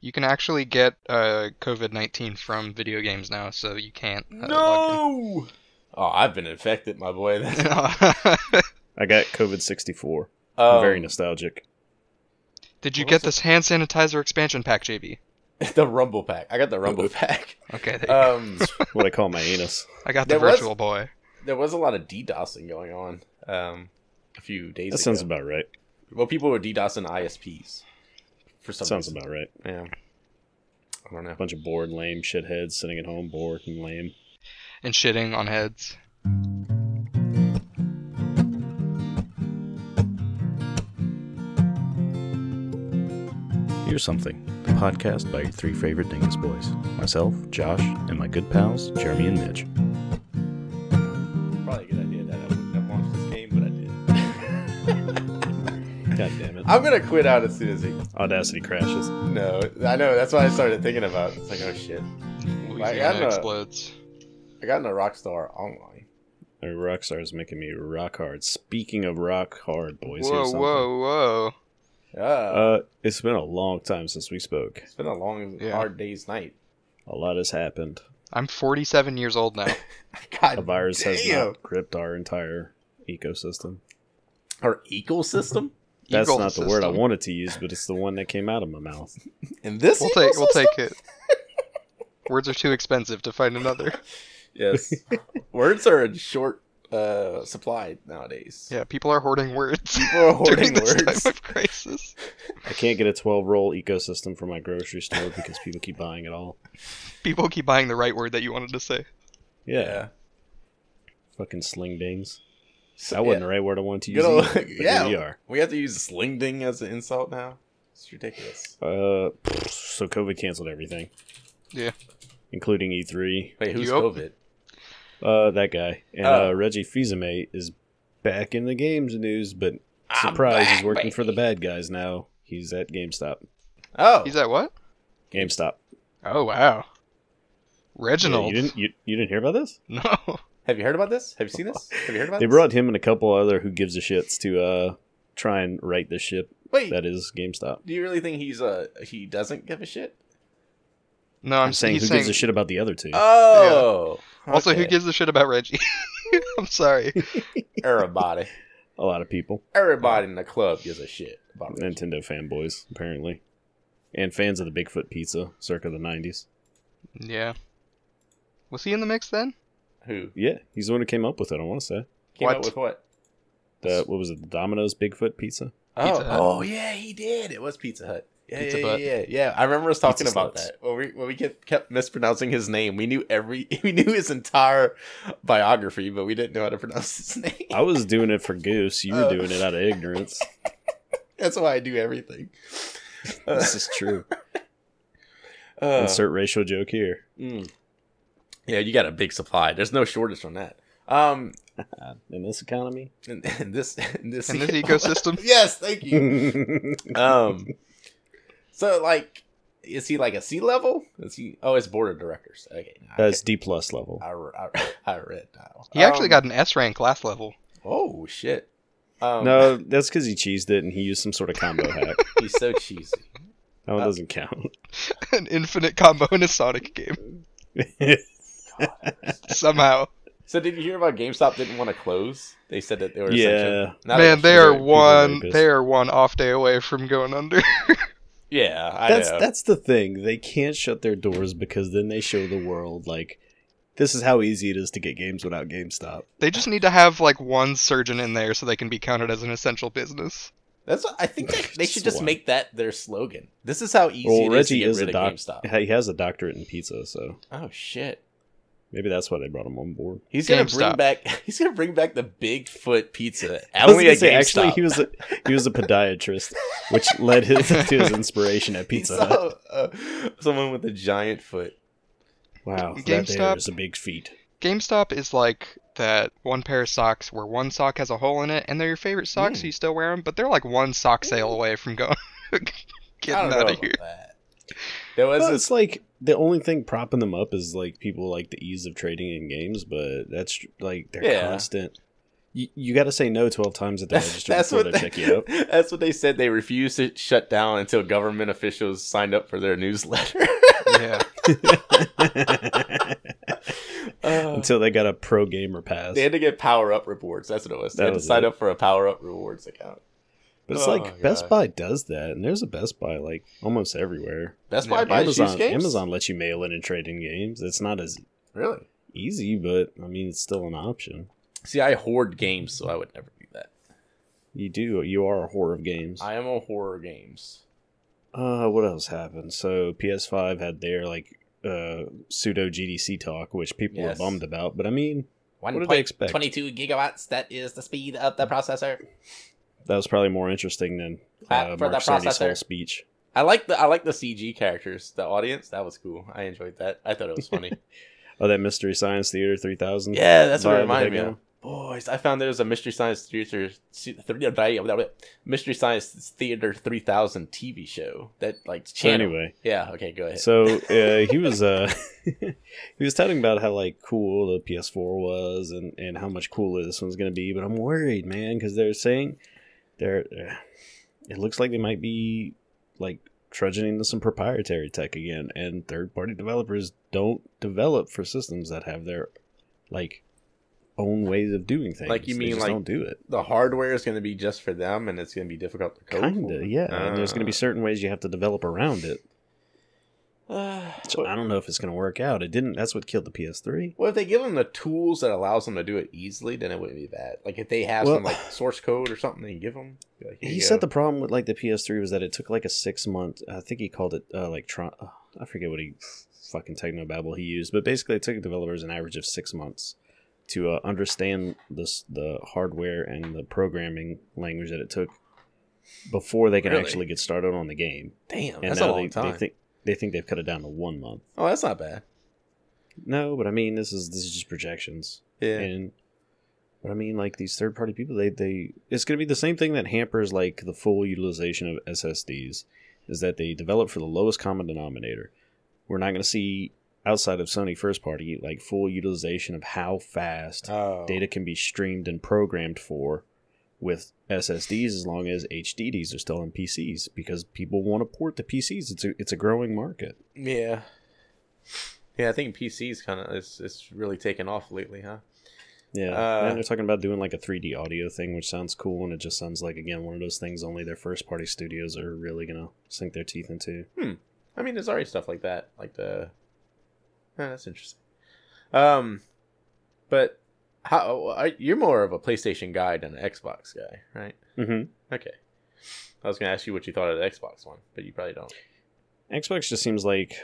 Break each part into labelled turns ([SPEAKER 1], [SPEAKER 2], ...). [SPEAKER 1] You can actually get uh, COVID nineteen from video games now, so you can't. Uh,
[SPEAKER 2] No. Oh, I've been infected, my boy. That's,
[SPEAKER 1] log in.
[SPEAKER 3] I got COVID 64. I'm
[SPEAKER 2] um,
[SPEAKER 3] very nostalgic.
[SPEAKER 1] Did you
[SPEAKER 2] What was
[SPEAKER 1] get
[SPEAKER 2] it?
[SPEAKER 1] this hand sanitizer expansion pack, JB?
[SPEAKER 2] The Rumble Pack. I got the Rumble Pack.
[SPEAKER 1] Okay, there you go.
[SPEAKER 2] Um,
[SPEAKER 3] What I call my anus.
[SPEAKER 1] I got the
[SPEAKER 2] there was-
[SPEAKER 1] virtual boy.
[SPEAKER 2] there was a lot of DDoSing going on um, a few days
[SPEAKER 3] That
[SPEAKER 2] ago.
[SPEAKER 3] sounds about right.
[SPEAKER 2] well, people were DDoSing ISPs for some
[SPEAKER 3] Sounds
[SPEAKER 2] reason.
[SPEAKER 3] about right.
[SPEAKER 2] Yeah. I don't know.
[SPEAKER 3] A bunch of bored, lame shitheads sitting at home, bored and lame.
[SPEAKER 1] and shitting on heads.
[SPEAKER 4] Here's Something, the podcast by your three favorite Dingus boys myself, Josh, and my good pals, Jeremy and Mitch.
[SPEAKER 2] Probably a good idea that I wouldn't have launched this game, but I did.
[SPEAKER 3] God damn it.
[SPEAKER 2] I'm gonna quit out as soon as it.
[SPEAKER 3] Audacity crashes.
[SPEAKER 2] No, I know. That's what I started thinking about. It's like, oh shit, I'm
[SPEAKER 1] Louisiana
[SPEAKER 2] a-
[SPEAKER 1] explodes.
[SPEAKER 2] I got in a Rockstar online.
[SPEAKER 3] My Rockstar is making me rock hard. Speaking of rock hard, boys.
[SPEAKER 1] Whoa,
[SPEAKER 3] here's something.
[SPEAKER 1] whoa, whoa!
[SPEAKER 2] Uh,
[SPEAKER 3] Uh, it's been a long time since we spoke.
[SPEAKER 2] it's been a long,
[SPEAKER 1] yeah.
[SPEAKER 2] hard day's night.
[SPEAKER 3] A lot has happened.
[SPEAKER 1] I'm 47 years old now.
[SPEAKER 2] God,
[SPEAKER 3] A virus has
[SPEAKER 2] damn.
[SPEAKER 3] not gripped our entire ecosystem.
[SPEAKER 2] our ecosystem.
[SPEAKER 3] That's
[SPEAKER 1] Eagle
[SPEAKER 3] not the word I
[SPEAKER 1] system.
[SPEAKER 3] wanted to use, but it's the one that came out of my mouth.
[SPEAKER 2] And this
[SPEAKER 1] We'll take, we'll
[SPEAKER 2] ecosystem?
[SPEAKER 1] take it. Words are too expensive to find another.
[SPEAKER 2] Yes, words are in short uh, supply nowadays.
[SPEAKER 1] Yeah, people are hoarding words
[SPEAKER 2] People are
[SPEAKER 1] during
[SPEAKER 2] hoarding
[SPEAKER 1] this
[SPEAKER 2] words.
[SPEAKER 1] time of crisis.
[SPEAKER 3] I can't get a 12 roll ecosystem from my grocery store because people keep buying it all.
[SPEAKER 1] People keep buying the right word that you wanted to say.
[SPEAKER 3] Yeah,
[SPEAKER 2] yeah,
[SPEAKER 3] fucking sling dings.
[SPEAKER 2] So-
[SPEAKER 3] That wasn't
[SPEAKER 2] yeah.
[SPEAKER 3] the right word I wanted to
[SPEAKER 2] You
[SPEAKER 3] use.
[SPEAKER 2] know,
[SPEAKER 3] either, but here
[SPEAKER 2] yeah.
[SPEAKER 3] we are.
[SPEAKER 2] We have to use sling ding as an insult now. It's ridiculous.
[SPEAKER 3] Uh, pfft, so COVID canceled everything.
[SPEAKER 1] Yeah.
[SPEAKER 3] including E3.
[SPEAKER 2] Wait, who's
[SPEAKER 1] Yup.
[SPEAKER 2] COVID?
[SPEAKER 3] Uh, that guy and
[SPEAKER 2] Oh.
[SPEAKER 3] uh, Reggie Fils-Aimé is back in the games news, but
[SPEAKER 2] I'm
[SPEAKER 3] surprise,
[SPEAKER 2] back,
[SPEAKER 3] he's working for the
[SPEAKER 2] baby.
[SPEAKER 3] bad guys now. He's at GameStop.
[SPEAKER 2] Oh,
[SPEAKER 1] He's at what?
[SPEAKER 3] GameStop.
[SPEAKER 1] Oh wow,
[SPEAKER 3] Yeah,
[SPEAKER 1] Reginald.
[SPEAKER 3] you didn't you, you didn't hear about this?
[SPEAKER 1] No,
[SPEAKER 2] Have you heard about this? Have you seen this? Have you heard about
[SPEAKER 3] They
[SPEAKER 2] this?
[SPEAKER 3] brought him and a couple other who gives a shits to uh try and right the ship
[SPEAKER 2] Wait,
[SPEAKER 3] that is GameStop.
[SPEAKER 2] do you really think he's uh he doesn't give a shit?
[SPEAKER 1] no, I'm,
[SPEAKER 3] I'm saying who
[SPEAKER 1] he's
[SPEAKER 3] gives a shit about the other two?
[SPEAKER 2] Oh,
[SPEAKER 1] Also, who
[SPEAKER 3] Okay.
[SPEAKER 1] gives a shit about Reggie? I'm sorry.
[SPEAKER 2] everybody,
[SPEAKER 3] a lot of people,
[SPEAKER 2] everybody in the club gives a shit about it.
[SPEAKER 3] Nintendo fanboys apparently, and fans of the Bigfoot pizza circa the '90s.
[SPEAKER 1] Yeah. Was he in the mix then?
[SPEAKER 2] Who
[SPEAKER 3] Yeah, he's the one who came up with it. I want to say
[SPEAKER 2] came
[SPEAKER 1] What?
[SPEAKER 2] up with what?
[SPEAKER 3] the what was it? The Domino's Bigfoot pizza.
[SPEAKER 2] Oh,
[SPEAKER 1] Pizza Hut.
[SPEAKER 2] oh yeah, he did. It was Pizza Hut. Yeah,
[SPEAKER 1] Pizza
[SPEAKER 2] yeah,
[SPEAKER 1] Hut.
[SPEAKER 2] yeah, yeah, yeah. I remember us talking
[SPEAKER 3] Pizza
[SPEAKER 2] about
[SPEAKER 3] Sluts.
[SPEAKER 2] that when we when we kept, kept mispronouncing his name. We knew every we knew his entire biography, but we didn't know how to pronounce his name.
[SPEAKER 3] I was doing it for Goose. You were
[SPEAKER 2] Oh.
[SPEAKER 3] doing it out of ignorance.
[SPEAKER 2] That's why I do everything. Uh,
[SPEAKER 3] this is true.
[SPEAKER 2] uh,
[SPEAKER 3] Insert racial joke here.
[SPEAKER 2] mm. Yeah, you got a big supply. There's no shortage on that. Um,
[SPEAKER 3] Uh, in this economy,
[SPEAKER 2] and, and this and this,
[SPEAKER 1] In this ecosystem?
[SPEAKER 2] yes, thank you.
[SPEAKER 3] I
[SPEAKER 2] Um, so like, is he like a C level? Is he? Oh, it's board of directors. Okay,
[SPEAKER 3] that's D plus level.
[SPEAKER 2] I, I, I read now.
[SPEAKER 1] He actually
[SPEAKER 2] Um,
[SPEAKER 1] got an S rank last level.
[SPEAKER 2] Oh shit! Um,
[SPEAKER 3] No, that's because he cheesed it and he used some sort of combo hack.
[SPEAKER 2] he's so cheesy.
[SPEAKER 3] That one
[SPEAKER 2] Uh,
[SPEAKER 3] doesn't count.
[SPEAKER 1] an infinite combo in a Sonic game. Somehow.
[SPEAKER 2] So did you hear about GameStop didn't want to close? They said that they were
[SPEAKER 3] Yeah.
[SPEAKER 2] essentially- not
[SPEAKER 1] Man,
[SPEAKER 2] a-
[SPEAKER 1] they are
[SPEAKER 3] people
[SPEAKER 1] one
[SPEAKER 3] rapists.
[SPEAKER 1] they are one off day away from going under.
[SPEAKER 2] yeah. I
[SPEAKER 3] that's
[SPEAKER 2] know.
[SPEAKER 3] that's the thing. They can't shut their doors because then they show the world like this is how easy it is to get games without GameStop.
[SPEAKER 1] they just need to have like one surgeon in there so they can be counted as an essential business.
[SPEAKER 2] That's what, I think that they should
[SPEAKER 3] Just
[SPEAKER 2] just
[SPEAKER 3] one.
[SPEAKER 2] make that their slogan. This is how easy
[SPEAKER 3] Well,
[SPEAKER 2] it
[SPEAKER 3] Reggie
[SPEAKER 2] is
[SPEAKER 3] is
[SPEAKER 2] to
[SPEAKER 3] a
[SPEAKER 2] get
[SPEAKER 3] doc.
[SPEAKER 2] rid of GameStop.
[SPEAKER 3] He has a doctorate in pizza, so
[SPEAKER 2] Oh shit.
[SPEAKER 3] maybe that's why they brought him on board.
[SPEAKER 2] He's gonna bring
[SPEAKER 1] GameStop.
[SPEAKER 2] back. He's gonna bring back the Bigfoot pizza.
[SPEAKER 3] I was
[SPEAKER 2] Only
[SPEAKER 3] gonna
[SPEAKER 2] at
[SPEAKER 3] say,
[SPEAKER 2] GameStop.
[SPEAKER 3] actually, he was a, he was a podiatrist, which led his to his inspiration at Pizza
[SPEAKER 2] He
[SPEAKER 3] Hut.
[SPEAKER 2] saw, uh, someone with a giant foot.
[SPEAKER 3] Wow, that
[SPEAKER 1] GameStop-
[SPEAKER 3] there is a big feat.
[SPEAKER 1] GameStop is like that one pair of socks where one sock has a hole in it and they're your favorite socks,
[SPEAKER 2] Hmm.
[SPEAKER 1] so you still wear them, but they're like one sock sale away from going
[SPEAKER 2] I
[SPEAKER 1] getting
[SPEAKER 2] Hmm. don't know
[SPEAKER 1] out of
[SPEAKER 2] about
[SPEAKER 1] here.
[SPEAKER 2] that. There was
[SPEAKER 3] Well,
[SPEAKER 2] this
[SPEAKER 3] it's like the only thing propping them up is like people like the ease of trading in games, but that's like their
[SPEAKER 2] Yeah.
[SPEAKER 3] constant You, you got to say no 12 times at the register
[SPEAKER 2] that's
[SPEAKER 3] before
[SPEAKER 2] what
[SPEAKER 3] they
[SPEAKER 2] they,
[SPEAKER 3] check you out.
[SPEAKER 2] that's what they said. They refused to shut down until government officials signed up for their newsletter.
[SPEAKER 1] Yeah.
[SPEAKER 2] Uh,
[SPEAKER 3] Until they got a pro gamer pass.
[SPEAKER 2] they had to get power up rewards. That's what it was. They
[SPEAKER 3] That
[SPEAKER 2] had to
[SPEAKER 3] was
[SPEAKER 2] sign
[SPEAKER 3] it.
[SPEAKER 2] up for a power up rewards account.
[SPEAKER 3] But it's
[SPEAKER 2] Oh,
[SPEAKER 3] like Best
[SPEAKER 2] God.
[SPEAKER 3] Buy does that, and there's a Best Buy like almost everywhere.
[SPEAKER 2] That's
[SPEAKER 1] Yeah,
[SPEAKER 2] why I buy
[SPEAKER 3] Amazon
[SPEAKER 2] shoes games.
[SPEAKER 3] Amazon lets you mail in and trade in games. It's not as
[SPEAKER 2] really?
[SPEAKER 3] easy, but I mean it's still an option.
[SPEAKER 2] See, I hoard games, so I would never do that.
[SPEAKER 3] You do you are a whore of games.
[SPEAKER 2] I am a horror games.
[SPEAKER 3] Uh, what else happened? So PS5 had their like uh pseudo GDC talk, which people
[SPEAKER 2] Yes.
[SPEAKER 3] were bummed about. But I mean,
[SPEAKER 2] One
[SPEAKER 3] What did they expect?
[SPEAKER 2] Twenty-two gigawatts. That is the speed of the processor.
[SPEAKER 3] that was probably more interesting than
[SPEAKER 2] Clap
[SPEAKER 3] uh,
[SPEAKER 2] for the
[SPEAKER 3] Mark Cerny's
[SPEAKER 2] processor.
[SPEAKER 3] whole speech.
[SPEAKER 2] I like the I like the CG characters. The audience that was cool. I enjoyed that. I thought it was funny.
[SPEAKER 3] Oh, that Mystery Science Theater 3000.
[SPEAKER 2] yeah, that's what
[SPEAKER 3] Vibe
[SPEAKER 2] it reminded me
[SPEAKER 3] that
[SPEAKER 2] of. Boys, I found there was a Mystery Science Theater Mystery Science Theater three thousand TV show that like
[SPEAKER 3] So
[SPEAKER 2] channel.
[SPEAKER 3] anyway,
[SPEAKER 2] Yeah. Okay. Go ahead.
[SPEAKER 3] so uh, he was uh, he was telling about how like cool the PS4 was and and how much cooler this one's gonna be. But I'm worried, man, because they're saying they're uh, it looks like they might be like trudging into some proprietary tech again, and third party developers don't develop for systems that have their like own ways of doing things.
[SPEAKER 2] Like, you
[SPEAKER 3] They
[SPEAKER 2] mean,
[SPEAKER 3] just
[SPEAKER 2] like,
[SPEAKER 3] don't do it.
[SPEAKER 2] the hardware is going to be just for them, and it's going to be difficult to code.
[SPEAKER 3] Kinda, yeah. and there's
[SPEAKER 2] Ah.
[SPEAKER 3] gonna be certain ways you have to develop around it.
[SPEAKER 2] Ah.
[SPEAKER 3] So I don't know if it's gonna work out. It didn't. That's what killed the PS3.
[SPEAKER 2] Well, if they give them the tools that allows them to do it easily, then it wouldn't be bad. Like if they have
[SPEAKER 3] Well-
[SPEAKER 2] some like source code or something, they can give them. be Like, "Here
[SPEAKER 3] He
[SPEAKER 2] you
[SPEAKER 3] said
[SPEAKER 2] go."
[SPEAKER 3] the problem with like the PS3 was that it took like a six month. I think he called it uh, like Tron. oh, I forget what he fucking techno babble he used, but basically it took developers an average of six months to uh, understand this the hardware and the programming language that it took before they can
[SPEAKER 2] Really?
[SPEAKER 3] actually get started on the game.
[SPEAKER 2] damn,
[SPEAKER 3] And
[SPEAKER 2] that's a
[SPEAKER 3] now
[SPEAKER 2] long
[SPEAKER 3] they,
[SPEAKER 2] time.
[SPEAKER 3] they think they think they've cut it down to one month.
[SPEAKER 2] oh, that's not bad.
[SPEAKER 3] No, but I mean this is this is just projections.
[SPEAKER 2] Yeah,
[SPEAKER 3] And but I mean, like these third party people, they they it's going to be the same thing that hampers like the full utilization of SSDs, is that they develop for the lowest common denominator. We're not going to see outside of Sony first party like full utilization of how fast
[SPEAKER 2] oh.
[SPEAKER 3] data can be streamed and programmed for with SSDs as long as HDDs are still on PCs because people want to port to PCs. It's a it's a growing market.
[SPEAKER 2] Yeah, yeah. I think PC's kind of it's it's really taken off lately, huh?
[SPEAKER 3] Yeah,
[SPEAKER 2] Uh,
[SPEAKER 3] and they're talking about doing like a 3D audio thing, which sounds cool, and it just sounds like again one of those things only their first party studios are really gonna sink their teeth into.
[SPEAKER 2] I mean, there's already stuff like that, like the. Yeah, that's interesting. Um, but how uh, I- you're more of a PlayStation guy than an Xbox guy, right?
[SPEAKER 3] Mm-hmm.
[SPEAKER 2] Okay. I was gonna ask you what you thought of the Xbox one, but you probably don't.
[SPEAKER 3] Xbox just seems like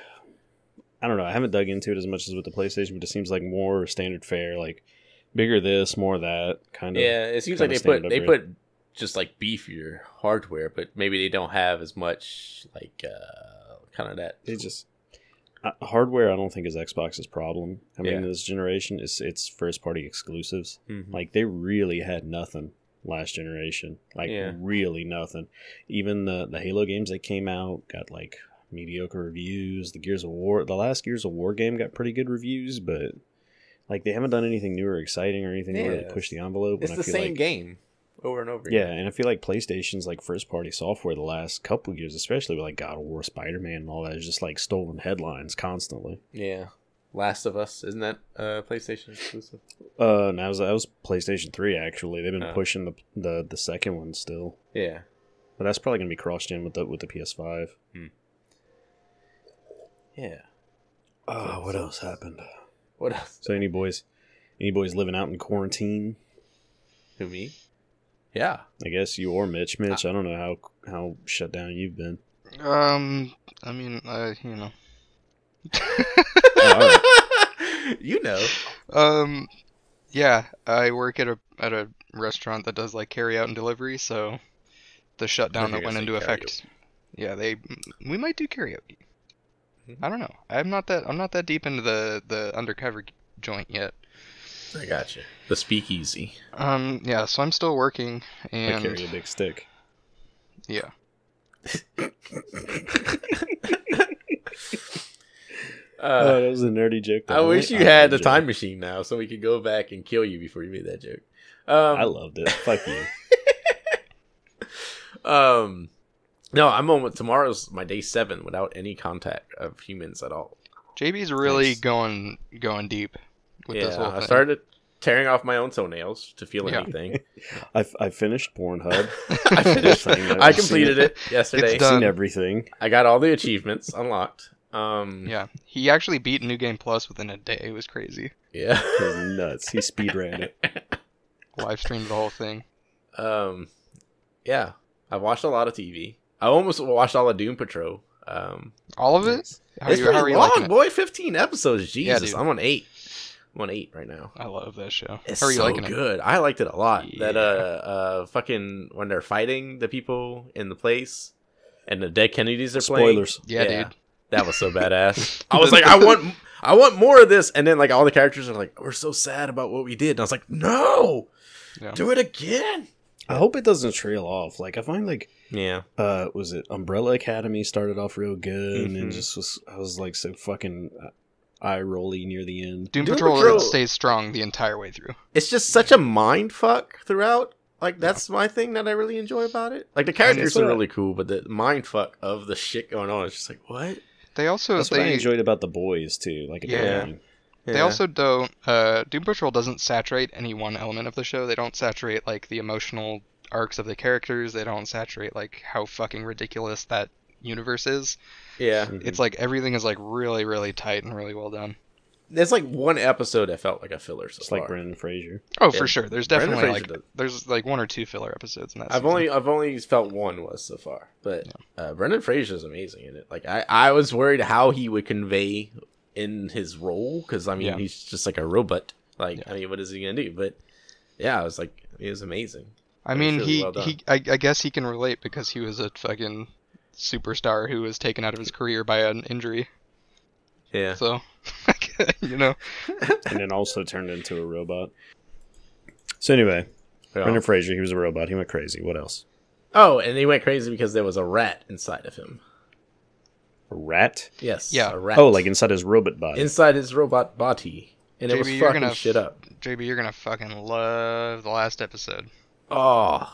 [SPEAKER 3] I don't know. I haven't dug into it as much as with the PlayStation, but it seems like more standard fare, like bigger this, more that kind of.
[SPEAKER 2] Yeah, it seems like they
[SPEAKER 3] kinda
[SPEAKER 2] put
[SPEAKER 3] standard
[SPEAKER 2] they
[SPEAKER 3] upgrade.
[SPEAKER 2] put just like beefier hardware, but maybe they don't have as much like uh kind of that.
[SPEAKER 3] They just uh, hardware. I don't think is Xbox's problem. I mean,
[SPEAKER 2] Yeah.
[SPEAKER 3] this generation is it's first party exclusives.
[SPEAKER 2] Mhm.
[SPEAKER 3] Like they really had nothing last generation. Like
[SPEAKER 2] Yeah.
[SPEAKER 3] really nothing. Even the the Halo games that came out got like mediocre reviews. The Gears of War, the last Gears of War game got pretty good reviews, but like they haven't done anything new or exciting or anything to really
[SPEAKER 2] Yeah.
[SPEAKER 3] push the envelope.
[SPEAKER 2] it's
[SPEAKER 3] and
[SPEAKER 2] the
[SPEAKER 3] I feel
[SPEAKER 2] same
[SPEAKER 3] like,
[SPEAKER 2] game over and over.
[SPEAKER 3] Yeah, and I feel like PlayStation's like first party software the last couple years, especially with like God of War, Spider Man, and all that, is just like stolen headlines constantly.
[SPEAKER 2] yeah. Last of Us isn't that uh PlayStation exclusive?
[SPEAKER 3] Uh, and that was that was PlayStation Three actually. They've been
[SPEAKER 2] Oh.
[SPEAKER 3] pushing the, the the second one still.
[SPEAKER 2] Yeah.
[SPEAKER 3] But that's probably gonna be cross gen with the with the PS5.
[SPEAKER 2] Yeah.
[SPEAKER 3] Oh, what else happened?
[SPEAKER 2] What else?
[SPEAKER 3] So any boys, any boys living out in quarantine?
[SPEAKER 2] Who me? Yeah.
[SPEAKER 3] I guess you or Mitch. Mitch, I don't know how how shut down you've been.
[SPEAKER 1] Um, I mean, uh, you know.
[SPEAKER 2] Oh, you know.
[SPEAKER 1] Um, yeah, I work at a at a restaurant that does like carry out and delivery, so the shutdown
[SPEAKER 2] you're
[SPEAKER 1] that
[SPEAKER 2] gonna
[SPEAKER 1] went
[SPEAKER 2] say
[SPEAKER 1] into effect. Yeah, they we might do karaoke.
[SPEAKER 2] Mhm.
[SPEAKER 1] I don't know. I'm not that I'm not that deep into the the undercover joint yet.
[SPEAKER 2] I got you. The speakeasy.
[SPEAKER 1] Um, yeah, so I'm still working
[SPEAKER 3] I carry
[SPEAKER 1] and
[SPEAKER 3] a big stick.
[SPEAKER 1] yeah.
[SPEAKER 2] uh,
[SPEAKER 3] oh, that was a nerdy joke.
[SPEAKER 2] I wish you had the time machine now so we could go back and kill you before you made that joke. Um,
[SPEAKER 3] I loved it. Fuck you.
[SPEAKER 2] Um, no, I'm on with tomorrow's my day seven without any contact of humans at all.
[SPEAKER 1] JB's really
[SPEAKER 2] Nice.
[SPEAKER 1] going going deep with
[SPEAKER 2] yeah,
[SPEAKER 1] this whole
[SPEAKER 2] I
[SPEAKER 1] thing.
[SPEAKER 2] started tearing off my own toenails to feel
[SPEAKER 1] Yeah.
[SPEAKER 2] anything.
[SPEAKER 3] I, I finished Pornhub.
[SPEAKER 2] I finished. I completed it yesterday.
[SPEAKER 1] It's done.
[SPEAKER 3] Seen everything.
[SPEAKER 2] I got all the achievements unlocked. Um,
[SPEAKER 1] Yeah, he actually beat New Game Plus within a day. It was crazy.
[SPEAKER 2] yeah.
[SPEAKER 3] It was nuts. He speed ran it.
[SPEAKER 1] Live streamed the whole thing.
[SPEAKER 2] Um, yeah. I watched a lot of TV. I almost watched all of Doom Patrol. Um,
[SPEAKER 1] All of it. How are
[SPEAKER 2] it's
[SPEAKER 1] you, how
[SPEAKER 2] pretty
[SPEAKER 1] are you
[SPEAKER 2] long,
[SPEAKER 1] liking it?
[SPEAKER 2] boy. Fifteen episodes.
[SPEAKER 1] Yeah,
[SPEAKER 2] Jesus,
[SPEAKER 1] dude.
[SPEAKER 2] I'm on eight. I'm on eight right now.
[SPEAKER 1] I love that show.
[SPEAKER 2] It's
[SPEAKER 1] how are you
[SPEAKER 2] so
[SPEAKER 1] liking it?
[SPEAKER 2] good. I liked it a lot. That uh,
[SPEAKER 1] Yeah.
[SPEAKER 2] uh, fucking when they're fighting the people in the place, and the dead Kennedys are playing.
[SPEAKER 3] Spoilers.
[SPEAKER 1] Yeah, dude.
[SPEAKER 2] That was so badass. I was like, I want, I want more of this. And then like all the characters are like, we're so sad about what we did. And I was like, no,
[SPEAKER 1] Yeah.
[SPEAKER 2] do it again.
[SPEAKER 3] I hope it doesn't trail off. Like I find like
[SPEAKER 2] Yeah,
[SPEAKER 3] uh was it Umbrella Academy started off real good and then
[SPEAKER 2] Mhm.
[SPEAKER 3] just was I was like so fucking uh, eye rolly near the end.
[SPEAKER 1] Doom,
[SPEAKER 2] Doom
[SPEAKER 1] Patrol,
[SPEAKER 2] Patrol-
[SPEAKER 1] stays strong the entire way through.
[SPEAKER 2] it's just such a mind fuck throughout. Like that's my thing that I really enjoy about it. Like the characters
[SPEAKER 3] that's what
[SPEAKER 2] are
[SPEAKER 3] I-
[SPEAKER 2] really cool, but the mind fuck of the shit going on is just like what.
[SPEAKER 1] They also
[SPEAKER 3] That's what I
[SPEAKER 1] they
[SPEAKER 3] enjoyed about the boys too. Like at the
[SPEAKER 1] Yeah.
[SPEAKER 3] beginning.
[SPEAKER 1] they
[SPEAKER 2] Yeah.
[SPEAKER 1] also don't. Uh, Doom Patrol doesn't saturate any one element of the show. They don't saturate like the emotional arcs of the characters. They don't saturate like how fucking ridiculous that universe is.
[SPEAKER 2] yeah.
[SPEAKER 3] Mhm.
[SPEAKER 1] It's like everything is like really really tight and really well done.
[SPEAKER 2] There's like one episode that felt like a filler. So
[SPEAKER 3] it's like
[SPEAKER 2] far.
[SPEAKER 3] Brendan Fraser.
[SPEAKER 1] Oh, for
[SPEAKER 2] Yeah,
[SPEAKER 1] sure. There's
[SPEAKER 2] Brandon
[SPEAKER 1] definitely
[SPEAKER 2] Fraser
[SPEAKER 1] like
[SPEAKER 2] does.
[SPEAKER 1] there's like one or two filler episodes in that.
[SPEAKER 2] I've
[SPEAKER 1] season.
[SPEAKER 2] only I've only felt one was so far, but uh, Brendan Fraser is amazing in it. Like I, I was worried how he would convey in his role because I mean
[SPEAKER 1] Yeah.
[SPEAKER 2] he's just like a robot. Like I mean, what is he gonna do? But yeah, I was like, he was amazing.
[SPEAKER 1] I
[SPEAKER 2] It was
[SPEAKER 1] mean,
[SPEAKER 2] really
[SPEAKER 1] he,
[SPEAKER 2] well done.
[SPEAKER 1] he I, I guess he can relate because he was a fucking superstar who was taken out of his career by an injury.
[SPEAKER 2] Yeah,
[SPEAKER 1] So, you know,
[SPEAKER 3] and then also turned into a robot. So anyway, Brendan Fraser, he was a robot. He went crazy. What else?
[SPEAKER 2] Oh, and he went crazy because there was a rat inside of him.
[SPEAKER 3] A rat?
[SPEAKER 2] Yes.
[SPEAKER 1] Yeah.
[SPEAKER 2] A rat.
[SPEAKER 3] Oh, like inside his robot body.
[SPEAKER 2] inside his robot body, and it was
[SPEAKER 1] JB, you're
[SPEAKER 2] fucking
[SPEAKER 1] gonna-
[SPEAKER 2] shit up.
[SPEAKER 1] JB, you're gonna fucking love the last episode.
[SPEAKER 2] Oh,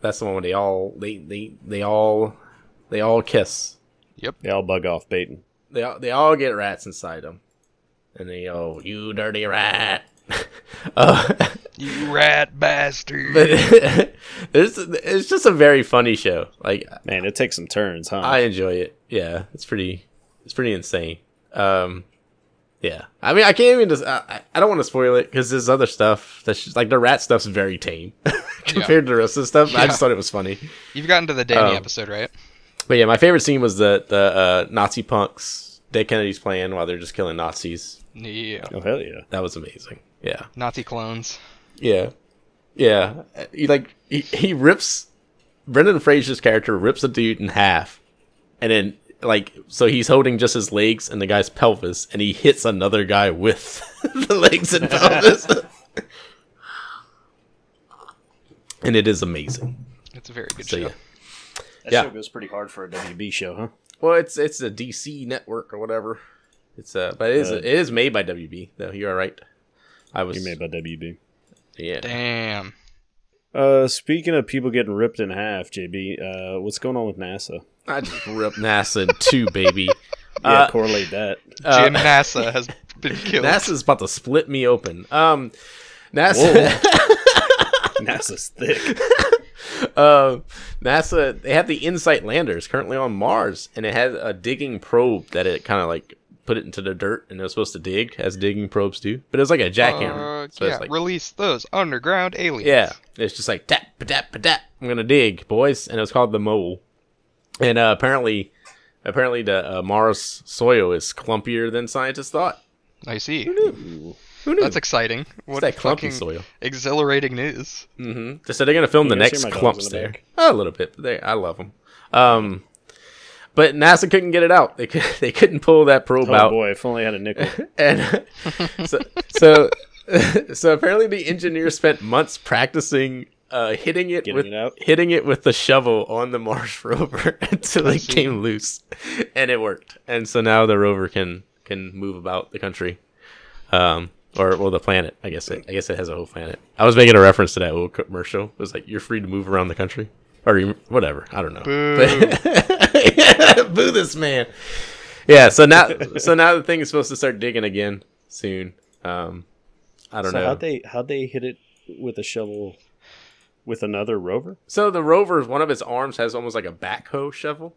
[SPEAKER 2] that's the one where they all they they they all they all kiss.
[SPEAKER 3] they all bug off baiting.
[SPEAKER 2] they all, they all get rats inside them, and they go, "You dirty rat." uh,
[SPEAKER 1] You rat bastard!
[SPEAKER 2] but there's it's just a very funny show. Like
[SPEAKER 3] Man, it takes some turns, huh?
[SPEAKER 2] I enjoy it. Yeah, it's pretty it's pretty insane. Um, yeah, I mean I can't even just I, I- I don't want to spoil it because there's other stuff that's just, like the rat stuff's very tame compared to the rest of the stuff. I
[SPEAKER 1] Yeah.
[SPEAKER 2] just thought it was funny.
[SPEAKER 1] You've gotten to the Danny
[SPEAKER 2] Oh.
[SPEAKER 1] episode, right?
[SPEAKER 2] But yeah, my favorite scene was the the uh, Nazi punks. Dead Kennedy's playing while they're just killing Nazis.
[SPEAKER 1] Yeah.
[SPEAKER 3] oh hell yeah.
[SPEAKER 2] That was amazing. Yeah.
[SPEAKER 1] Nazi clones.
[SPEAKER 2] Yeah, yeah. He like he, he rips Brendan Fraser's character rips a dude in half, and then like so he's holding just his legs and the guy's pelvis, and he hits another guy with the legs and pelvis, and it is amazing.
[SPEAKER 1] It's a very good
[SPEAKER 2] So
[SPEAKER 1] show.
[SPEAKER 2] yeah.
[SPEAKER 3] That
[SPEAKER 2] Yeah.
[SPEAKER 3] show goes pretty hard for a WB show, huh?
[SPEAKER 2] Well, it's it's a DC network or whatever. It's uh, but it is
[SPEAKER 3] Uh,
[SPEAKER 2] it is made by WB though. You are right. I was
[SPEAKER 3] You made by WB.
[SPEAKER 2] yeah.
[SPEAKER 1] Damn.
[SPEAKER 3] Uh, speaking of people getting ripped in half, JB, uh, what's going on with NASA?
[SPEAKER 2] I just ripped NASA in two, baby.
[SPEAKER 3] Yeah,
[SPEAKER 2] Uh,
[SPEAKER 3] correlate that.
[SPEAKER 2] Uh,
[SPEAKER 1] Jim NASA has been killed.
[SPEAKER 2] NASA's about to split me open. Um, NASA,
[SPEAKER 3] NASA's thick.
[SPEAKER 2] uh, NASA, they have the InSight lander. It's currently on Mars, and it had a digging probe that it kind of like put it into the dirt, and it was supposed to dig as digging probes do. But it was like a jackhammer.
[SPEAKER 1] Uh,
[SPEAKER 2] so
[SPEAKER 1] yeah,
[SPEAKER 2] it's like,
[SPEAKER 1] release those underground aliens.
[SPEAKER 2] yeah, it's just like tap, tap, tap. I'm gonna dig, boys, and it was called the mole. And uh, apparently, apparently the uh, Mars soil is clumpier than scientists thought.
[SPEAKER 1] I see.
[SPEAKER 2] Who knew?
[SPEAKER 1] That's exciting. What
[SPEAKER 2] What's that clumpy
[SPEAKER 1] fucking
[SPEAKER 2] soil?
[SPEAKER 1] exhilarating news.
[SPEAKER 2] Mm-hmm. They said they're gonna film
[SPEAKER 3] You
[SPEAKER 2] the
[SPEAKER 3] guys hear
[SPEAKER 2] next
[SPEAKER 3] my dogs
[SPEAKER 2] clumps
[SPEAKER 3] in the
[SPEAKER 2] there.
[SPEAKER 3] back?
[SPEAKER 2] A little bit. But they, I love them. Um, but NASA couldn't get it out. They could, they couldn't pull that probe
[SPEAKER 3] Oh
[SPEAKER 2] out,
[SPEAKER 3] boy, if only I had a nickel.
[SPEAKER 2] and so so, so apparently the engineer spent months practicing. Uh, hitting it
[SPEAKER 3] Getting
[SPEAKER 2] with
[SPEAKER 3] it out?
[SPEAKER 2] hitting it with the shovel on the Mars rover until it came loose, and it worked. And so now the rover can can move about the country. Um, or well, the planet. I guess it. I guess it has a whole planet. I was making a reference to that old commercial. It was like you're free to move around the country or you- whatever. I don't know.
[SPEAKER 1] Boo.
[SPEAKER 2] But- Boo this man. Yeah. So now, so now the thing is supposed to start digging again soon. Um, I don't
[SPEAKER 3] so
[SPEAKER 2] know.
[SPEAKER 3] how'd they how'd they hit it with a shovel with another rover?
[SPEAKER 2] so the rover, one of its arms has almost like a backhoe shovel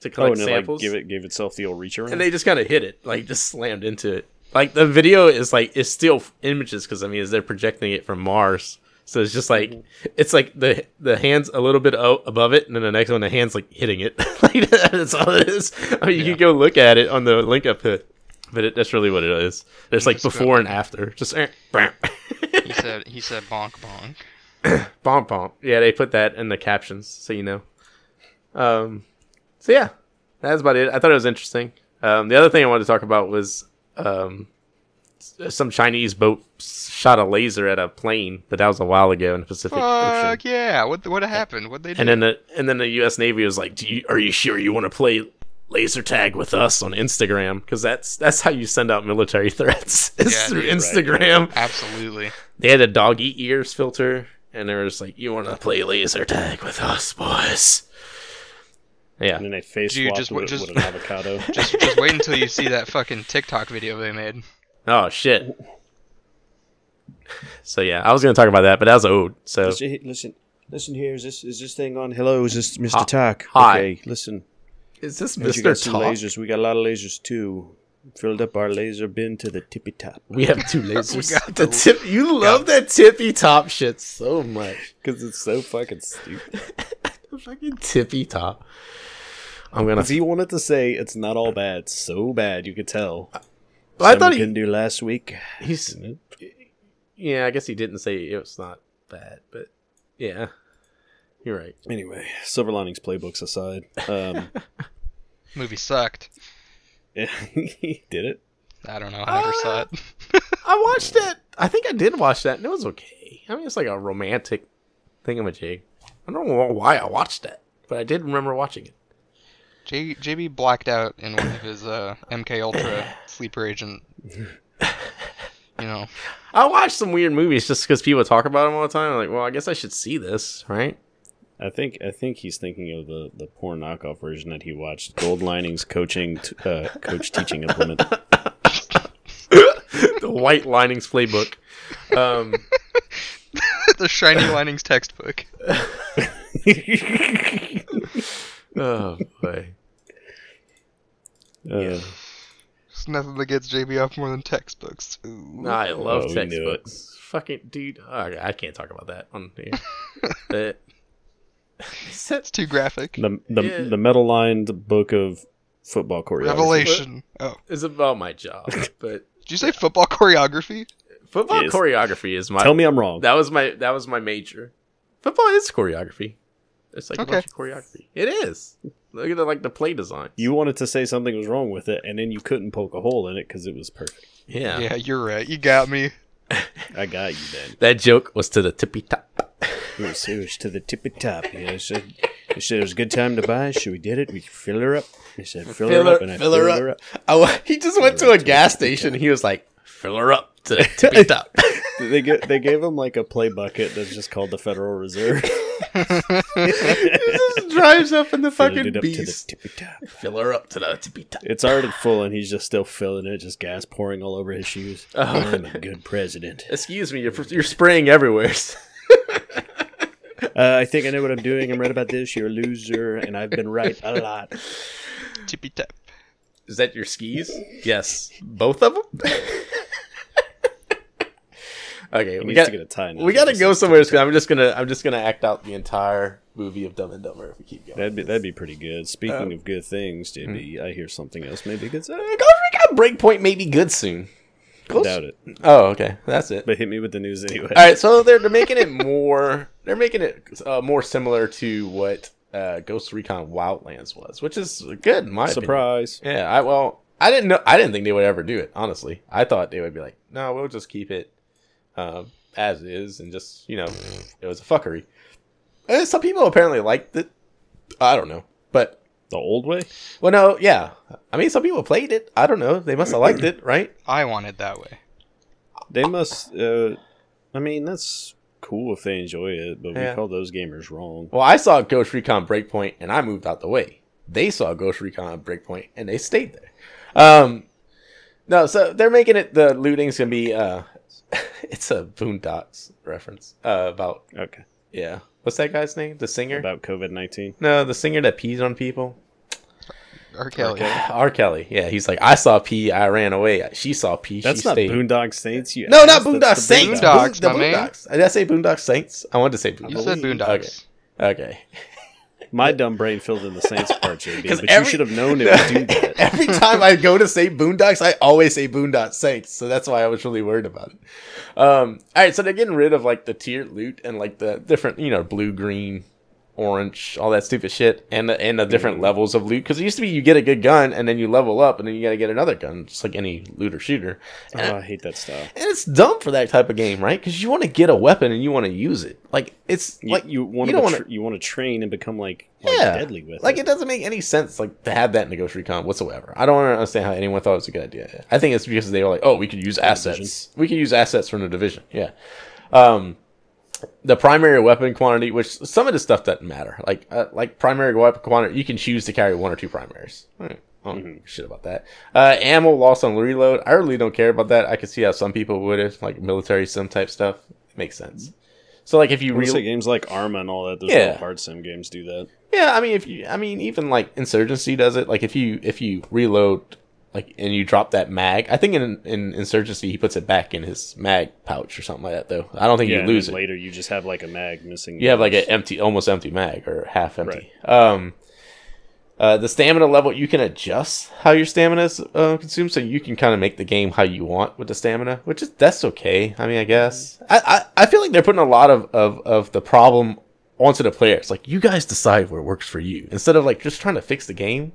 [SPEAKER 2] to
[SPEAKER 3] Oh,
[SPEAKER 2] collect
[SPEAKER 3] and it like
[SPEAKER 2] samples.
[SPEAKER 3] give it gave itself the old reach around.
[SPEAKER 2] and they just kind of hit it, like just slammed into it. Like the video is like it's still f- images because I mean, as they're projecting it from Mars, so it's just like it's like the the hands a little bit o- above it, and then the next one the hands like hitting it. like that's all it is. I mean, you can go look at it on the link up hit, but it, that's really what it is. There's like
[SPEAKER 1] Just go-
[SPEAKER 2] before and after, just eh, bam,
[SPEAKER 1] He said he said bonk bonk.
[SPEAKER 2] bonk bonk. Yeah, they put that in the captions so you know. Um, so yeah, that's about it. I thought it was interesting. Um, the other thing I wanted to talk about was um, s- some Chinese boat shot a laser at a plane, but that was a while ago in the Pacific Ocean.
[SPEAKER 1] Fuck yeah! What what happened? What they do?
[SPEAKER 2] And then the and then the U.S. Navy was like, "Do you are you sure you want to play laser tag with us on Instagram? Because that's that's how you send out military threats is
[SPEAKER 1] Yeah,
[SPEAKER 2] through
[SPEAKER 1] dude, right.
[SPEAKER 2] Instagram."
[SPEAKER 1] Absolutely.
[SPEAKER 2] they had a dog eat ears filter, and they were just like, "You want to play laser tag with us, boys?"
[SPEAKER 3] And
[SPEAKER 2] Yeah,
[SPEAKER 3] then they face
[SPEAKER 1] Dude,
[SPEAKER 3] swapped
[SPEAKER 1] just-
[SPEAKER 3] with,
[SPEAKER 1] just-
[SPEAKER 3] with an avocado.
[SPEAKER 1] Just just wait until you see that fucking TikTok video they made.
[SPEAKER 2] Oh shit. So yeah, I was gonna talk about that, but that was old. So
[SPEAKER 3] listen, listen, listen here. Is this is this thing on? Hello, is this Mr.
[SPEAKER 2] Hi-
[SPEAKER 3] Tack?
[SPEAKER 2] hi.
[SPEAKER 3] Okay, listen.
[SPEAKER 2] is this
[SPEAKER 3] Heard You got some lasers. We got a lot of lasers too. Filled up our laser bin to the tippy top.
[SPEAKER 2] We have two lasers.
[SPEAKER 1] got
[SPEAKER 2] the
[SPEAKER 1] the-
[SPEAKER 2] tip. You love that tippy top shit so much.
[SPEAKER 3] Because it's so fucking stupid.
[SPEAKER 2] The fucking tippy top. I'm gonna.
[SPEAKER 3] he wanted to say it's not all bad. So bad you could tell.
[SPEAKER 2] I thought
[SPEAKER 3] can
[SPEAKER 2] he,
[SPEAKER 3] do last week.
[SPEAKER 2] he's. Yeah, I guess he didn't say it was not bad, but yeah, you're right.
[SPEAKER 3] Anyway, silver linings playbooks aside, um,
[SPEAKER 1] Movie sucked.
[SPEAKER 3] he did it.
[SPEAKER 1] I don't know. I never
[SPEAKER 2] Ah.
[SPEAKER 1] saw it.
[SPEAKER 2] I watched it. I think I did watch that, and it was okay. I mean, it's like a romantic thingamajig. I don't know why I watched that, but I did remember watching it.
[SPEAKER 1] J- JB blacked out in one of his uh, MK Ultra sleeper agent. You know,
[SPEAKER 2] I watched some weird movies just because people talk about them all the time. I'm like, well, I guess I should see this, right?
[SPEAKER 3] I think I think he's thinking of the, the poor knockoff version that he watched. Gold linings coaching t- uh, coach teaching implement. Uh,
[SPEAKER 2] the White Linings Playbook. Um,
[SPEAKER 1] the shiny linings textbook.
[SPEAKER 2] oh boy.
[SPEAKER 3] Uh,
[SPEAKER 1] There's nothing that gets JB off more than textbooks. Ooh.
[SPEAKER 2] I love
[SPEAKER 3] Oh, we knew it.
[SPEAKER 2] textbooks. Fucking dude, oh, I can't talk about that on here. But-
[SPEAKER 1] It's too graphic.
[SPEAKER 3] The the,
[SPEAKER 2] Yeah.
[SPEAKER 3] the metal lined book of football choreography.
[SPEAKER 1] Revelation. Oh,
[SPEAKER 2] it's about my job, but
[SPEAKER 1] did you say football choreography?
[SPEAKER 2] football
[SPEAKER 3] Yes.
[SPEAKER 2] choreography is my
[SPEAKER 3] Tell me I'm wrong.
[SPEAKER 2] That was my that was my major. Football is choreography. It's like a bunch
[SPEAKER 1] Okay.
[SPEAKER 2] of choreography. It is. Look at the, like the play design.
[SPEAKER 3] you wanted to say something was wrong with it, and then you couldn't poke a hole in it because it was perfect.
[SPEAKER 2] yeah.
[SPEAKER 1] Yeah, you're right. You got me.
[SPEAKER 3] I got you then.
[SPEAKER 2] That joke was to the tippy top.
[SPEAKER 3] It was, it was to the tippy top. You know, I said, I said it was a good time to buy. So we did it. We fill her up. I said fill, her up, and I fill her up.
[SPEAKER 2] Oh, he just went to a gas station. He was like, "Fill her up to the tippy top."
[SPEAKER 3] They get, they gave him like a play bucket that's just called the Federal Reserve.
[SPEAKER 2] he just drives up in the
[SPEAKER 3] Filled
[SPEAKER 2] fucking
[SPEAKER 3] it up to the
[SPEAKER 2] beast.
[SPEAKER 3] tippy top.
[SPEAKER 2] Fill her up to the tippy top.
[SPEAKER 3] It's already full, and he's just still filling it. Just gas pouring all over his shoes.
[SPEAKER 2] Oh.
[SPEAKER 3] I'm a good president.
[SPEAKER 2] Excuse me, you're, you're spraying everywhere.
[SPEAKER 3] Uh, I think I know what I'm doing. I'm right about this. You're a loser, and I've been right a lot.
[SPEAKER 1] Tippy tap.
[SPEAKER 2] Is that your skis? Yes, both of them. okay,
[SPEAKER 3] He
[SPEAKER 2] we
[SPEAKER 3] needs
[SPEAKER 2] got
[SPEAKER 3] to get a tie. now.
[SPEAKER 2] we gotta go somewhere. Cause I'm just gonna I'm just gonna act out the entire movie of Dumb and Dumber if we keep going.
[SPEAKER 3] That'd be that'd be pretty good.
[SPEAKER 2] Uh.
[SPEAKER 3] Speaking of good things, JB, I hear something else maybe good. I
[SPEAKER 2] We got Breakpoint may be good soon. Close.
[SPEAKER 3] doubt it,
[SPEAKER 2] Oh, okay, that's it.
[SPEAKER 3] but hit me with the news anyway.
[SPEAKER 2] All right, so they're they're making it more they're making it uh, more similar to what uh, Ghost Recon Wildlands was, which is good. In my opinion.
[SPEAKER 3] Surprise!
[SPEAKER 2] Yeah, I well, I didn't know. I didn't think they would ever do it. Honestly, I thought they would be like, no, we'll just keep it um, as is and just you know, it was a fuckery. And some people apparently liked it. I don't know, but
[SPEAKER 3] The old way.
[SPEAKER 2] well, no, yeah. I mean, some people played it. I don't know. They must have liked it, right?
[SPEAKER 1] I wanted that way.
[SPEAKER 3] They must. Uh, I mean, that's cool if they enjoy it, but
[SPEAKER 2] Yeah.
[SPEAKER 3] we call those gamers wrong.
[SPEAKER 2] Well, I saw Ghost Recon Breakpoint and I moved out the way. They saw Ghost Recon Breakpoint and they stayed there. Um, no, so they're making it the looting's gonna be uh, it's a Boondocks reference uh, about
[SPEAKER 3] Okay.
[SPEAKER 2] yeah. What's that guy's name? The singer?
[SPEAKER 3] About COVID nineteen.
[SPEAKER 2] no, the singer that pees on people.
[SPEAKER 1] R. Kelly.
[SPEAKER 2] R. Kelly. Yeah, he's like, I saw pee, I ran away. She saw pee,
[SPEAKER 3] That's
[SPEAKER 2] she
[SPEAKER 3] not
[SPEAKER 2] stayed.
[SPEAKER 3] Boondock Saints. You
[SPEAKER 2] no, not
[SPEAKER 3] ass.
[SPEAKER 2] Boondock
[SPEAKER 3] That's the
[SPEAKER 2] Saints.
[SPEAKER 1] Boondocks.
[SPEAKER 2] Boon- the
[SPEAKER 1] my man.
[SPEAKER 2] Boondocks. Did I say Boondock Saints? I wanted to say
[SPEAKER 1] You
[SPEAKER 2] Boondocks.
[SPEAKER 1] said
[SPEAKER 3] believe-
[SPEAKER 1] Boondocks.
[SPEAKER 2] Okay.
[SPEAKER 3] My dumb brain filled in the Saints part, JB, but you
[SPEAKER 2] every-
[SPEAKER 3] should have known it would do that.
[SPEAKER 2] Every time I go to say Boondocks, I always say Boondock Saints, so that's why I was really worried about it. Um, all right, so they're getting rid of like the tiered loot and like the different, you know, blue, green, orange, all that stupid shit, and the, and the different
[SPEAKER 3] Mm-hmm.
[SPEAKER 2] levels of loot. Because it used to be you get a good gun and then you level up and then you gotta get another gun, just like any looter shooter.
[SPEAKER 3] Oh, I hate that style.
[SPEAKER 2] And it's dumb for that type of game, right? Because you want to get a weapon and you want to use it. Like it's
[SPEAKER 3] You,
[SPEAKER 2] like
[SPEAKER 3] you want
[SPEAKER 2] you don't
[SPEAKER 3] to
[SPEAKER 2] wanna-
[SPEAKER 3] tra- you want to train and become like, like
[SPEAKER 2] Yeah.
[SPEAKER 3] deadly with
[SPEAKER 2] Like
[SPEAKER 3] it.
[SPEAKER 2] it doesn't make any sense like to have that in the Ghost Recon whatsoever. I don't understand how anyone thought it was a good idea. I think it's because they were like, oh, we could use assets. We could use assets from the division. Yeah. Um, the primary weapon quantity, which some of the stuff doesn't matter. Like uh, like primary weapon quantity, you can choose to carry one or two primaries. Alright, I
[SPEAKER 3] Mm-hmm.
[SPEAKER 2] don't give a shit about that. Uh, ammo lost on reload. I really don't care about that. I could see how some people would if like military sim type stuff makes sense. So like if you
[SPEAKER 3] When you
[SPEAKER 2] reload,
[SPEAKER 3] say games like Arma and all that, those
[SPEAKER 2] Yeah.
[SPEAKER 3] real hard sim games do that.
[SPEAKER 2] yeah, I mean, if you, I mean, even like Insurgency does it. Like if you if you reload, like and you drop that mag. I think in in Insurgency he puts it back in his mag pouch or something like that. Though I don't think
[SPEAKER 3] Yeah,
[SPEAKER 2] you
[SPEAKER 3] and
[SPEAKER 2] lose
[SPEAKER 3] then
[SPEAKER 2] it.
[SPEAKER 3] later. You just have like a mag missing.
[SPEAKER 2] You have like an
[SPEAKER 3] a.
[SPEAKER 2] empty, almost empty mag or half empty. Um, uh, the stamina level you can adjust how your stamina is uh, consumed, so you can kind of make the game how you want with the stamina, which is that's okay. I mean, I guess I I, I feel like they're putting a lot of, of of the problem onto the players. Like you guys decide what works for you instead of like just trying to fix the game.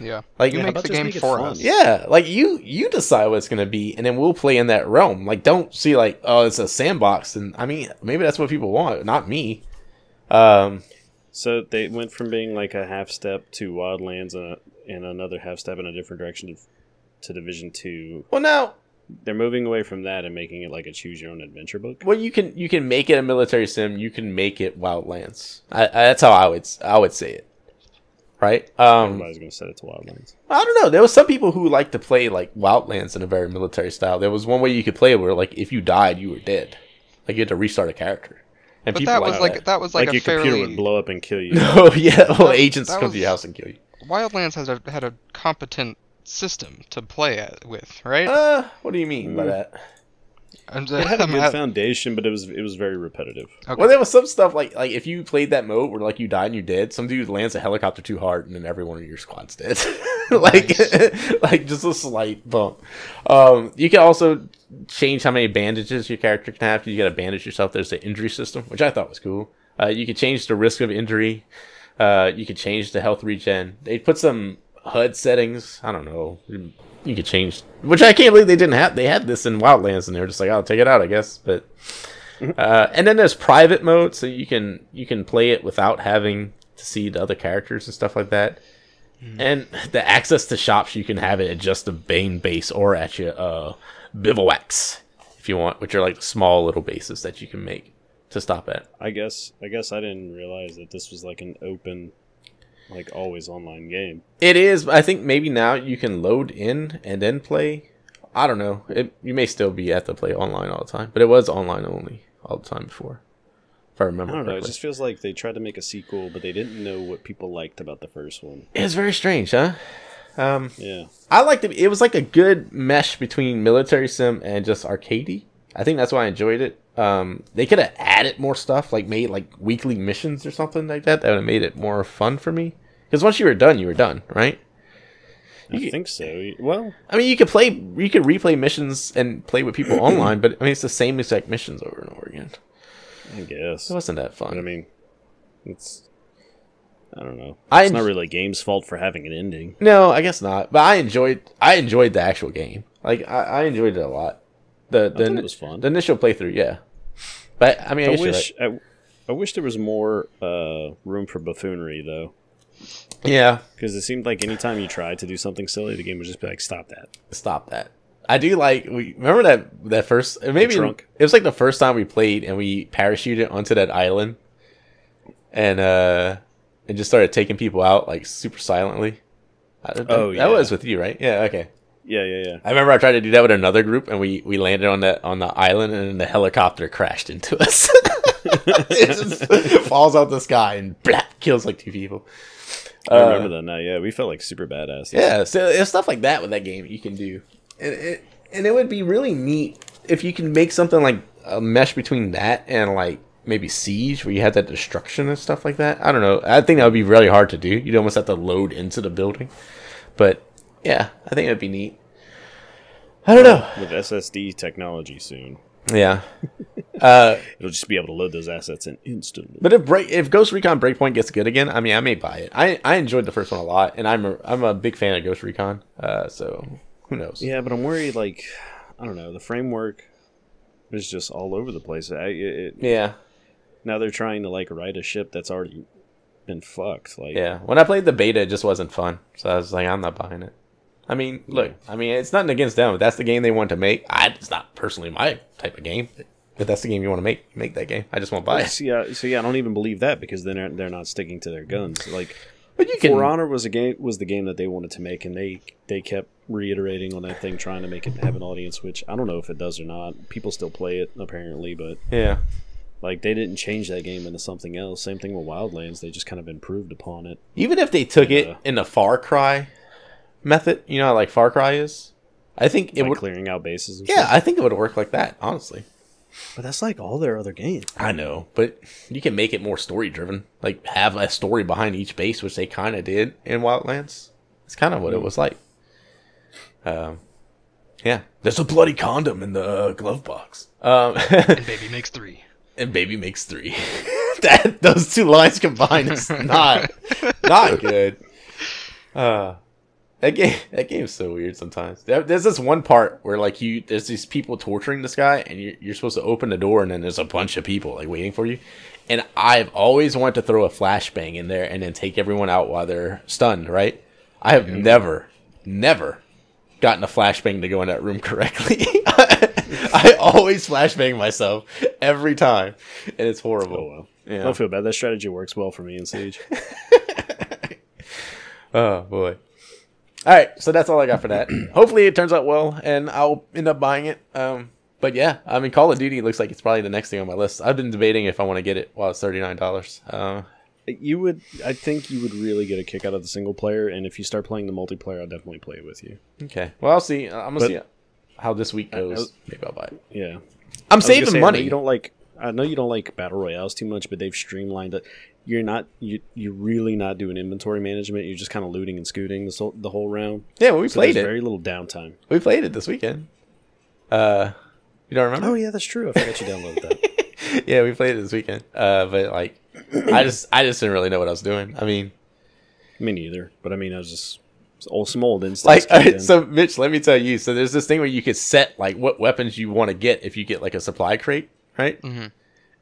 [SPEAKER 1] Yeah.
[SPEAKER 2] Like
[SPEAKER 1] You
[SPEAKER 2] how
[SPEAKER 1] make
[SPEAKER 3] about
[SPEAKER 1] the
[SPEAKER 3] just
[SPEAKER 1] game
[SPEAKER 3] make it
[SPEAKER 1] for
[SPEAKER 3] fun?
[SPEAKER 1] us.
[SPEAKER 2] Yeah, like you you decide what it's gonna be, and then we'll play in that realm. Like, don't see like oh, it's a sandbox, and I mean maybe that's what people want, not me. Um,
[SPEAKER 3] So they went from being like a half step to Wildlands and, a, and another half step in a different direction to, to Division Two.
[SPEAKER 2] well now,
[SPEAKER 3] They're moving away from that and making it like a choose your own adventure book.
[SPEAKER 2] well you can you can make it a military sim, you can make it Wildlands. I, I, that's how I would s- I would say it, right? Um,
[SPEAKER 3] Everybody's going to set it to Wildlands.
[SPEAKER 2] I don't know. There was some people who like to play like Wildlands in a very military style. There was one way you could play where like if you died, you were dead. Like you had to restart a character, and
[SPEAKER 1] But
[SPEAKER 2] people
[SPEAKER 1] that was
[SPEAKER 2] like
[SPEAKER 1] like that was like,
[SPEAKER 3] your
[SPEAKER 1] a fairly
[SPEAKER 3] computer would blow up and kill you.
[SPEAKER 2] Oh yeah, well agents
[SPEAKER 1] that
[SPEAKER 2] come to your
[SPEAKER 1] was-
[SPEAKER 2] house and kill you.
[SPEAKER 1] Wildlands has a, had a competent system to play at, with, right?
[SPEAKER 2] Uh, what do you mean by
[SPEAKER 3] Mm.
[SPEAKER 2] that?
[SPEAKER 1] I'm just-
[SPEAKER 3] It had a
[SPEAKER 1] I'm
[SPEAKER 3] good
[SPEAKER 1] at-
[SPEAKER 3] foundation, but it was it was very repetitive.
[SPEAKER 1] okay.
[SPEAKER 2] Well, there was some stuff like like if you played that mode where like you died and you dead, some dude lands a helicopter too hard and then everyone in your squad's dead. like like just a slight bump. Um, you can also change how many bandages your character can have. You got to bandage yourself. There's the injury system, which I thought was cool. Uh, you could change the risk of injury. Uh, you could change the health regen. They put some HUD settings. I don't know. You could change, which I can't believe they didn't have. They had this in Wildlands, and they were just like, "I'll take it out, I guess." But uh, and then there's private mode, so you can you can play it without having to see the other characters and stuff like that.
[SPEAKER 3] Hmm.
[SPEAKER 2] And the access to shops, you can have it at just the Bane base or at your uh, bivouacs if you want, which are like the small little bases that you can make to stop at.
[SPEAKER 3] I guess I guess I didn't realize that this was like an open, like always online game.
[SPEAKER 2] It is. but I think maybe now you can load in and then play. I don't know. It, you may still be at the play online all the time, but it was online only all the time before, if I
[SPEAKER 3] I
[SPEAKER 2] remember.
[SPEAKER 3] don't know. It
[SPEAKER 2] correctly.
[SPEAKER 3] just feels like they tried to make a sequel, but they didn't know what people liked about the first one.
[SPEAKER 2] It's very strange, huh? Um,
[SPEAKER 3] Yeah,
[SPEAKER 2] I liked it. It was like a good mesh between military sim and just arcadey. I think that's why I enjoyed it. Um, they could have added more stuff, like made like weekly missions or something like that. That would have made it more fun for me. Because once you were done, you were done, right?
[SPEAKER 3] I think so. Well,
[SPEAKER 2] I mean, you could play, you could replay missions and play with people online, but I mean, it's the same exact missions over and over again.
[SPEAKER 3] I guess.
[SPEAKER 2] It wasn't that fun.
[SPEAKER 3] But I mean, it's I don't know.
[SPEAKER 2] I-
[SPEAKER 3] it's not really a game's fault for having an ending.
[SPEAKER 2] No, I guess not. But I enjoyed I enjoyed the actual game. Like I, I enjoyed it a lot. The the,
[SPEAKER 3] thought it was fun.
[SPEAKER 2] the initial playthrough, yeah. But I mean, I,
[SPEAKER 3] I
[SPEAKER 2] guess you're
[SPEAKER 3] wish I, I wish there was more uh, room for buffoonery though,
[SPEAKER 2] right. yeah.
[SPEAKER 3] because it seemed like anytime you tried to do something silly, the game would just be like, "Stop that."
[SPEAKER 2] Stop that. I do like we remember that that first maybe
[SPEAKER 3] trunk.
[SPEAKER 2] it was like the first time we played and we parachuted onto that island and uh and just started taking people out like super silently. I- that-
[SPEAKER 3] Oh, yeah.
[SPEAKER 2] that was with you, right? Yeah, okay.
[SPEAKER 3] Yeah, yeah, yeah.
[SPEAKER 2] I remember I tried to do that with another group and we we landed on that on the island and then the helicopter crashed into us. it just falls out the sky and blap kills like two people.
[SPEAKER 3] I
[SPEAKER 2] Uh,
[SPEAKER 3] remember that now. Yeah, we felt like super badass.
[SPEAKER 2] yeah, so it's stuff like that with that game you can do, and it and it would be really neat if you can make something like a mesh between that and like maybe Siege, where you had that destruction and stuff like that. I don't know. I think that would be really hard to do. You'd almost have to load into the building, but yeah, I think it'd be neat. I don't know.
[SPEAKER 3] With SSD technology soon,
[SPEAKER 2] Yeah,
[SPEAKER 3] it'll just be able to load those assets in instantly.
[SPEAKER 2] but if break if Ghost Recon Breakpoint gets good again, I mean, I may buy it. I I enjoyed the first one a lot, and I'm a, I'm a big fan of Ghost Recon. Uh, so who knows?
[SPEAKER 3] Yeah, but I'm worried. Like, I don't know. The framework is just all over the place. I, it, it-
[SPEAKER 2] Yeah.
[SPEAKER 3] now they're trying to like ride a ship that's already been fucked. Like,
[SPEAKER 2] Yeah, when I played the beta, it just wasn't fun. So I was like, I'm not buying it. I mean, look, I mean, it's nothing against them. If that's the game they want to make, I, it's not personally my type of game. But if that's the game you want to make, make that game. I just won't buy it.
[SPEAKER 3] So, yeah, so yeah, uh, I don't even believe that because then they're, they're not sticking to their guns. Like,
[SPEAKER 2] But you can.
[SPEAKER 3] For Honor was a game was the game that they wanted to make, and they they kept reiterating on that thing, trying to make it have an audience. Which I don't know if it does or not. People still play it apparently, but
[SPEAKER 2] Yeah.
[SPEAKER 3] like they didn't change that game into something else. Same thing with Wildlands; they just kind of improved upon it.
[SPEAKER 2] Even if they took it
[SPEAKER 3] Yeah.
[SPEAKER 2] in the Far Cry method, you know how like Far Cry is? I think it
[SPEAKER 3] like
[SPEAKER 2] would.
[SPEAKER 3] clearing out bases. And
[SPEAKER 2] Yeah,
[SPEAKER 3] shit.
[SPEAKER 2] I think it would work like that, honestly.
[SPEAKER 3] but that's like all their other games.
[SPEAKER 2] I know, but you can make it more story driven. Like have a story behind each base, which they kind of did in Wildlands. It's kind of what it was like. Um, yeah, there's a bloody condom in the uh, glove box. Um,
[SPEAKER 1] And baby makes three.
[SPEAKER 2] and baby makes three. that those two lines combined is not not good. Uh, that game that game's so weird sometimes. There- There's this one part where like you there's these people torturing this guy, and you're, you're supposed to open the door, and then there's a bunch of people like waiting for you. And I've always wanted to throw a flashbang in there and then take everyone out while they're stunned. Right? I have never, never gotten a flashbang to go in that room correctly. I always flashbang myself every time, and it's horrible.
[SPEAKER 3] Oh well,
[SPEAKER 2] Yeah.
[SPEAKER 3] I don't feel bad. That strategy works well for me in Siege.
[SPEAKER 2] Oh boy. All right, so that's all I got for that. Hopefully it turns out well, and I'll end up buying it. Um, but yeah, I mean, Call of Duty looks like it's probably the next thing on my list. I've been debating if I want to get it while it's thirty nine dollars. Uh,
[SPEAKER 3] you would, I think, you would really get a kick out of the single player, and if you start playing the multiplayer, I'll definitely play it with you.
[SPEAKER 2] okay. Well, I'll see. I'm gonna
[SPEAKER 3] But-
[SPEAKER 2] see how this week goes.
[SPEAKER 3] was-
[SPEAKER 2] Maybe I'll buy it.
[SPEAKER 3] Yeah.
[SPEAKER 2] I'm
[SPEAKER 3] I was gonna
[SPEAKER 2] saving
[SPEAKER 3] say, I know
[SPEAKER 2] money.
[SPEAKER 3] You don't like. I know you don't like battle royales too much, but they've streamlined it. You're not. You you're really not doing inventory management. You're just kind of looting and scooting this whole, the whole round.
[SPEAKER 2] yeah, well, we
[SPEAKER 3] So
[SPEAKER 2] played
[SPEAKER 3] there's
[SPEAKER 2] it.
[SPEAKER 3] Very little downtime.
[SPEAKER 2] We played it this weekend. Uh, you don't remember?
[SPEAKER 3] Oh yeah, that's true. I forgot you downloaded that.
[SPEAKER 2] yeah, we played it this weekend. Uh, but like, I just I just didn't really know what I was doing. I mean,
[SPEAKER 3] Me neither. But I mean, I was just it's old some old instincts.
[SPEAKER 2] like all
[SPEAKER 3] kicked
[SPEAKER 2] right,
[SPEAKER 3] in.
[SPEAKER 2] so mitch let me tell you so there's this thing where you could set like what weapons you want to get if you get like a supply crate right
[SPEAKER 1] Mhm.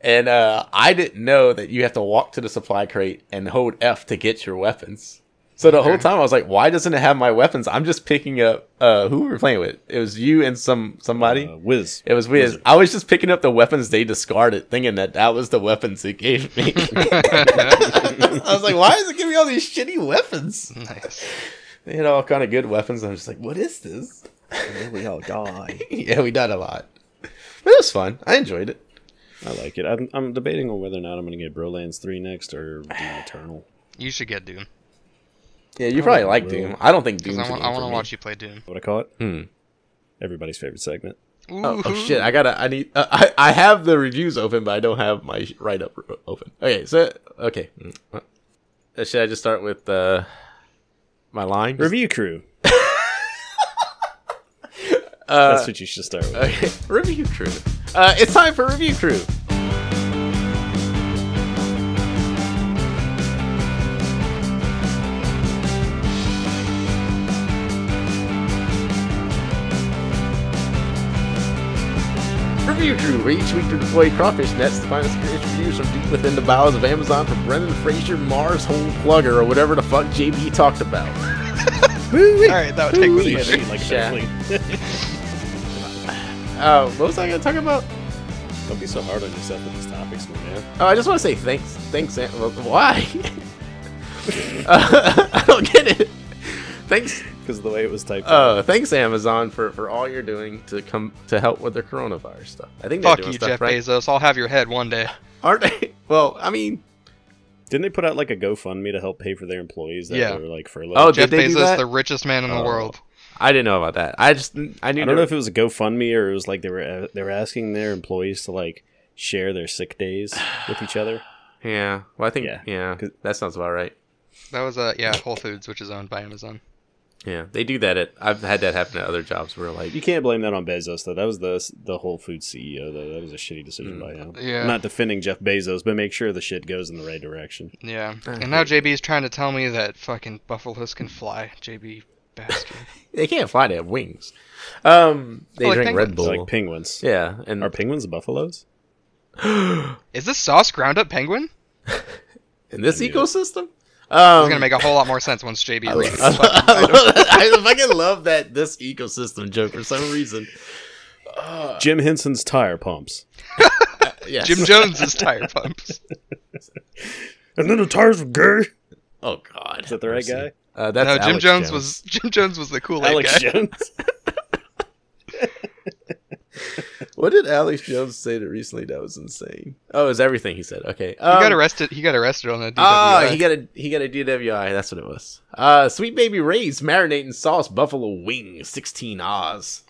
[SPEAKER 2] and uh, i didn't know that you have to walk to the supply crate and hold f to get your weapons so the whole
[SPEAKER 1] Okay.
[SPEAKER 2] time i was like why doesn't it have my weapons i'm just picking up uh who we were playing with it was you and some somebody
[SPEAKER 3] uh, Wiz.
[SPEAKER 2] it was weird.
[SPEAKER 3] Wizard.
[SPEAKER 2] I was just picking up the weapons they discarded, thinking that that was the weapons it gave me. I was like, why is it giving me all these shitty weapons?
[SPEAKER 1] Nice.
[SPEAKER 2] They had all kind of good weapons. and I'm just like, what is this?
[SPEAKER 3] we all die.
[SPEAKER 2] yeah, we died a lot. But it was fun. I enjoyed it.
[SPEAKER 3] I like it. I'm, I'm debating on whether or not I'm going to get Brolands three next or Doom Eternal.
[SPEAKER 1] You should get Doom.
[SPEAKER 2] Yeah, you probably like
[SPEAKER 3] will.
[SPEAKER 2] Doom. I don't think Doom's
[SPEAKER 1] Because
[SPEAKER 2] a
[SPEAKER 1] I
[SPEAKER 2] game
[SPEAKER 1] want, I want
[SPEAKER 2] for
[SPEAKER 1] to
[SPEAKER 2] me.
[SPEAKER 1] watch you play Doom.
[SPEAKER 3] What I call it?
[SPEAKER 2] Hmm.
[SPEAKER 3] Everybody's favorite segment.
[SPEAKER 2] Oh, oh,
[SPEAKER 1] Woohoo.
[SPEAKER 2] shit! I gotta. I need. Uh, I I have the reviews open, but I don't have my write up open. Okay, so okay. Mm, uh, Should I just start with uh, my line?
[SPEAKER 3] Review crew.
[SPEAKER 2] Uh,
[SPEAKER 3] That's what you should start with.
[SPEAKER 2] Okay, review crew. Uh, it's time for review crew. Review Crew, where each week we deploy crawfish nets to find serious reviews from deep within the bowels of Amazon for Brendan Fraser, Mars, Hole Plugger, or whatever the fuck JB talked about.
[SPEAKER 1] All right, that would take
[SPEAKER 2] Ooh,
[SPEAKER 1] me.
[SPEAKER 2] yeah.
[SPEAKER 1] later.
[SPEAKER 3] Like
[SPEAKER 2] Shaq.
[SPEAKER 3] definitely-
[SPEAKER 2] Uh, what was I going to talk about?
[SPEAKER 3] Don't be so hard on yourself with these topics, my man.
[SPEAKER 2] Oh, I just want to say thanks. Thanks, Aunt. Well, why? uh, I don't get it. Thanks,
[SPEAKER 3] Because of the way it was typed. out.
[SPEAKER 2] uh, thanks Amazon for, for all you're doing to come to help with their coronavirus stuff. I think they're
[SPEAKER 1] Fuck
[SPEAKER 2] doing
[SPEAKER 1] you,
[SPEAKER 2] stuff
[SPEAKER 1] Jeff
[SPEAKER 2] right,
[SPEAKER 1] Bezos. I'll have your head one day.
[SPEAKER 2] aren't they? Well, I mean,
[SPEAKER 3] Didn't they put out like a GoFundMe to help pay for their employees that
[SPEAKER 1] Yeah.
[SPEAKER 3] were like furloughed?
[SPEAKER 2] Oh,
[SPEAKER 1] Jeff
[SPEAKER 2] did they do
[SPEAKER 1] Bezos,
[SPEAKER 2] that?
[SPEAKER 1] the richest man in the
[SPEAKER 3] Oh.
[SPEAKER 1] world.
[SPEAKER 2] I didn't know about that. I just I knew.
[SPEAKER 3] I don't know
[SPEAKER 2] there-
[SPEAKER 3] if it was a GoFundMe or it was like they were they were asking their employees to like share their sick days with each other.
[SPEAKER 2] yeah. Well, I think yeah,
[SPEAKER 3] Yeah.
[SPEAKER 2] that sounds about right.
[SPEAKER 1] That was uh, yeah, Whole Foods, which is owned by Amazon.
[SPEAKER 2] Yeah, they do that. At I've had that happen at other jobs where like
[SPEAKER 3] You can't blame that on Bezos though. That was the the Whole Foods CEO though. That was a shitty decision by him.
[SPEAKER 1] Mm. Yeah.
[SPEAKER 3] I'm not defending Jeff Bezos, but make sure the shit goes in the right direction.
[SPEAKER 1] Yeah.
[SPEAKER 2] I
[SPEAKER 1] And now
[SPEAKER 2] hate
[SPEAKER 1] JB's trying to tell me that fucking buffaloes can fly. JB bastard.
[SPEAKER 2] they can't fly. They have wings. Um, they
[SPEAKER 1] Oh, like
[SPEAKER 2] drink Red
[SPEAKER 1] penguins.
[SPEAKER 3] It's
[SPEAKER 2] Bull.
[SPEAKER 3] like penguins.
[SPEAKER 2] yeah, and
[SPEAKER 3] Are penguins buffaloes?
[SPEAKER 1] is this sauce ground up penguin?
[SPEAKER 2] in this
[SPEAKER 3] I knew it.
[SPEAKER 2] ecosystem.
[SPEAKER 1] It's
[SPEAKER 2] Um,
[SPEAKER 1] gonna make a whole lot more sense once JB reads.
[SPEAKER 2] I,
[SPEAKER 1] this fucking title.
[SPEAKER 2] love that. I fucking love that this ecosystem joke for some reason.
[SPEAKER 3] Jim Henson's tire pumps.
[SPEAKER 2] Uh, Yes.
[SPEAKER 1] Jim Jones's tire pumps.
[SPEAKER 3] And then the tires were gay.
[SPEAKER 2] oh God,
[SPEAKER 3] Is that the right guy?
[SPEAKER 2] Uh, that's
[SPEAKER 1] no, Jim
[SPEAKER 2] Alex
[SPEAKER 1] Jones, was Jim Jones was the cool aid guy.
[SPEAKER 3] Alex Jones.
[SPEAKER 2] What did Alex Jones say that recently? That was insane. Oh, it was everything he said. Okay,
[SPEAKER 1] He
[SPEAKER 2] um,
[SPEAKER 1] got arrested. He got arrested on a DWI.
[SPEAKER 2] Ah, he got a he got a DWI. That's what it was. Uh, sweet baby Ray's marinating sauce buffalo wing, sixteen Oz.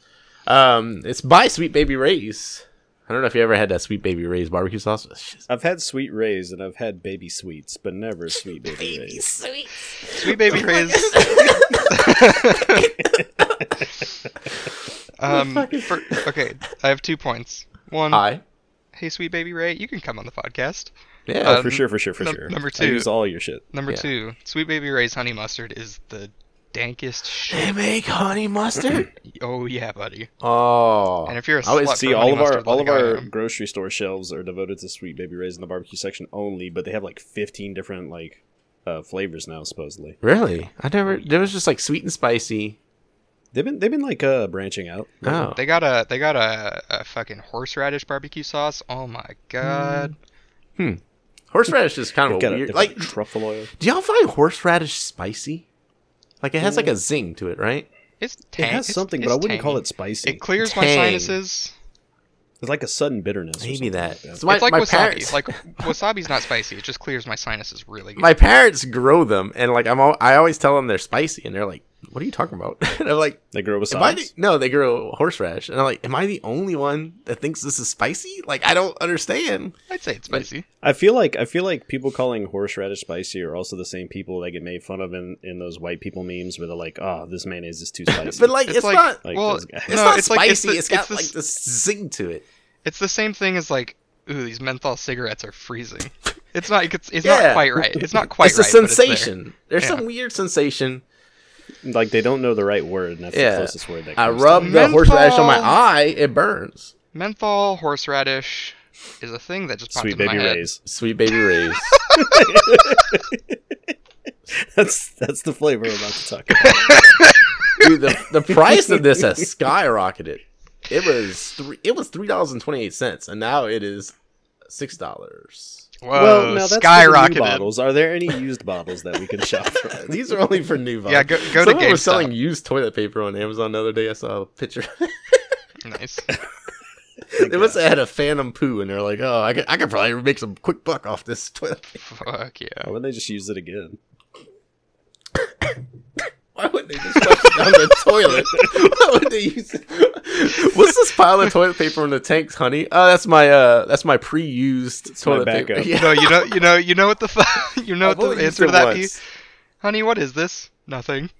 [SPEAKER 2] Um, it's by Sweet Baby Ray's. I don't know if you ever had that Sweet Baby Ray's barbecue sauce. It's just
[SPEAKER 3] I've had sweet rays and I've had baby sweets, but never sweet baby, rays.
[SPEAKER 2] sweet.
[SPEAKER 1] Sweet baby Ray's. um, for- okay, I have two points. One,
[SPEAKER 2] Hi.
[SPEAKER 1] hey, sweet baby Ray, you can come on the podcast.
[SPEAKER 2] Yeah.
[SPEAKER 1] Uh,
[SPEAKER 3] Oh, For sure, for sure, for
[SPEAKER 1] Num-
[SPEAKER 3] sure.
[SPEAKER 1] number
[SPEAKER 3] I
[SPEAKER 1] two.
[SPEAKER 3] use all your shit.
[SPEAKER 1] Number
[SPEAKER 2] Yeah.
[SPEAKER 1] two, sweet baby Ray's honey mustard is the dankest shit.
[SPEAKER 2] they make honey mustard.
[SPEAKER 1] Oh yeah, buddy.
[SPEAKER 2] oh.
[SPEAKER 1] And if you're a
[SPEAKER 2] I always
[SPEAKER 1] slut
[SPEAKER 3] See,
[SPEAKER 1] for
[SPEAKER 3] all
[SPEAKER 1] honey
[SPEAKER 3] of our
[SPEAKER 1] mustard,
[SPEAKER 3] all
[SPEAKER 1] let
[SPEAKER 3] of
[SPEAKER 1] it go,
[SPEAKER 3] our
[SPEAKER 1] Adam.
[SPEAKER 3] grocery store shelves are devoted to sweet baby rays in the barbecue section only, but they have like fifteen different like uh, flavors now. Supposedly,
[SPEAKER 2] really, I never. There was just like sweet and spicy.
[SPEAKER 3] they've been they've been like uh, branching out.
[SPEAKER 2] Oh.
[SPEAKER 1] They got a they got a, a fucking horseradish barbecue sauce. Oh my god.
[SPEAKER 2] Mm. Horseradish is kind of
[SPEAKER 3] Got
[SPEAKER 2] a
[SPEAKER 3] a,
[SPEAKER 2] weird.
[SPEAKER 3] they've
[SPEAKER 2] Like,
[SPEAKER 3] got truffle oil.
[SPEAKER 2] do y'all find horseradish spicy? Like it has
[SPEAKER 3] Mm.
[SPEAKER 2] like a zing to it, right?
[SPEAKER 1] It's
[SPEAKER 3] It
[SPEAKER 1] tang.
[SPEAKER 3] has
[SPEAKER 1] it's-
[SPEAKER 3] something,
[SPEAKER 1] it's
[SPEAKER 3] but I wouldn't
[SPEAKER 1] tangy.
[SPEAKER 3] call it spicy.
[SPEAKER 1] It clears my
[SPEAKER 2] Tang.
[SPEAKER 1] sinuses.
[SPEAKER 3] it's like a sudden bitterness. or
[SPEAKER 2] Maybe
[SPEAKER 3] something
[SPEAKER 2] that.
[SPEAKER 3] like
[SPEAKER 2] So my,
[SPEAKER 1] it's like
[SPEAKER 2] my
[SPEAKER 1] wasabi.
[SPEAKER 2] parents,
[SPEAKER 1] Like wasabi's not spicy. It just clears my sinuses really good.
[SPEAKER 2] my parents grow them, and like I'm, all, I always tell them they're spicy, and they're like, "What are you talking about?" and I'm like,
[SPEAKER 3] They grow
[SPEAKER 2] "Am I
[SPEAKER 3] wasabi.
[SPEAKER 2] the, no?" They grow horseradish, and I'm like, "Am I the only one that thinks this is spicy?" Like I don't understand.
[SPEAKER 1] I'd say it's spicy.
[SPEAKER 3] I feel like I feel like people calling horseradish spicy are also the same people that get made fun of in, in those white people memes where they're like, "Oh, this mayonnaise is too spicy."
[SPEAKER 2] But like, it's,
[SPEAKER 1] like,
[SPEAKER 2] not.
[SPEAKER 3] Like
[SPEAKER 1] well,
[SPEAKER 3] those guys.
[SPEAKER 2] It's
[SPEAKER 1] no,
[SPEAKER 2] not
[SPEAKER 1] it's
[SPEAKER 2] spicy.
[SPEAKER 1] like it's, the,
[SPEAKER 2] it's got
[SPEAKER 1] the,
[SPEAKER 2] like this zing to it.
[SPEAKER 1] it's the same thing as like, ooh, these menthol cigarettes are freezing. It's not. It's, it's
[SPEAKER 2] Yeah.
[SPEAKER 1] not quite right. It's not quite
[SPEAKER 2] it's
[SPEAKER 1] right.
[SPEAKER 2] a
[SPEAKER 1] but there.
[SPEAKER 2] sensation. There's some weird sensation.
[SPEAKER 3] like they don't know the right word, and that's
[SPEAKER 2] Yeah.
[SPEAKER 3] the closest word that
[SPEAKER 2] I
[SPEAKER 3] comes to
[SPEAKER 2] rub
[SPEAKER 3] them.
[SPEAKER 2] the horseradish on my
[SPEAKER 1] Menthol.
[SPEAKER 2] eye, it burns.
[SPEAKER 1] Menthol horseradish is a thing that just popped
[SPEAKER 3] sweet
[SPEAKER 1] into
[SPEAKER 3] baby
[SPEAKER 1] my head.
[SPEAKER 3] rays.
[SPEAKER 2] Sweet baby rays.
[SPEAKER 3] That's that's the flavor I'm about to talk about.
[SPEAKER 2] Dude, the, the price of this has skyrocketed. It was three. It was three dollars and twenty eight cents, and now it is six dollars.
[SPEAKER 1] Whoa,
[SPEAKER 3] well, now that's for the new
[SPEAKER 1] skyrocketed.
[SPEAKER 3] bottles. Are there any used bottles that we can shop for?
[SPEAKER 2] These are only for new. Bottles.
[SPEAKER 1] Yeah, go- go to
[SPEAKER 2] Someone was
[SPEAKER 1] GameStop.
[SPEAKER 2] selling used toilet paper on Amazon the other day. I saw a picture.
[SPEAKER 1] Nice.
[SPEAKER 2] they must have had a phantom poo, and they're like, "Oh, I could, I could probably make some quick buck off this toilet." paper."
[SPEAKER 1] Fuck yeah.
[SPEAKER 3] Why would not they just use it again?
[SPEAKER 2] Why wouldn't they just flush it down the toilet? Why would they use? It? What's this pile of toilet paper in the tanks, honey? Oh, that's my uh, that's my pre-used
[SPEAKER 3] my
[SPEAKER 2] toilet paper.
[SPEAKER 3] backup.
[SPEAKER 2] Yeah.
[SPEAKER 1] No, you know, you know, you know what the fu- you know
[SPEAKER 2] I've
[SPEAKER 1] what the
[SPEAKER 2] only used
[SPEAKER 1] answer
[SPEAKER 2] it
[SPEAKER 1] to that
[SPEAKER 2] once.
[SPEAKER 1] is, honey. What is this? Nothing.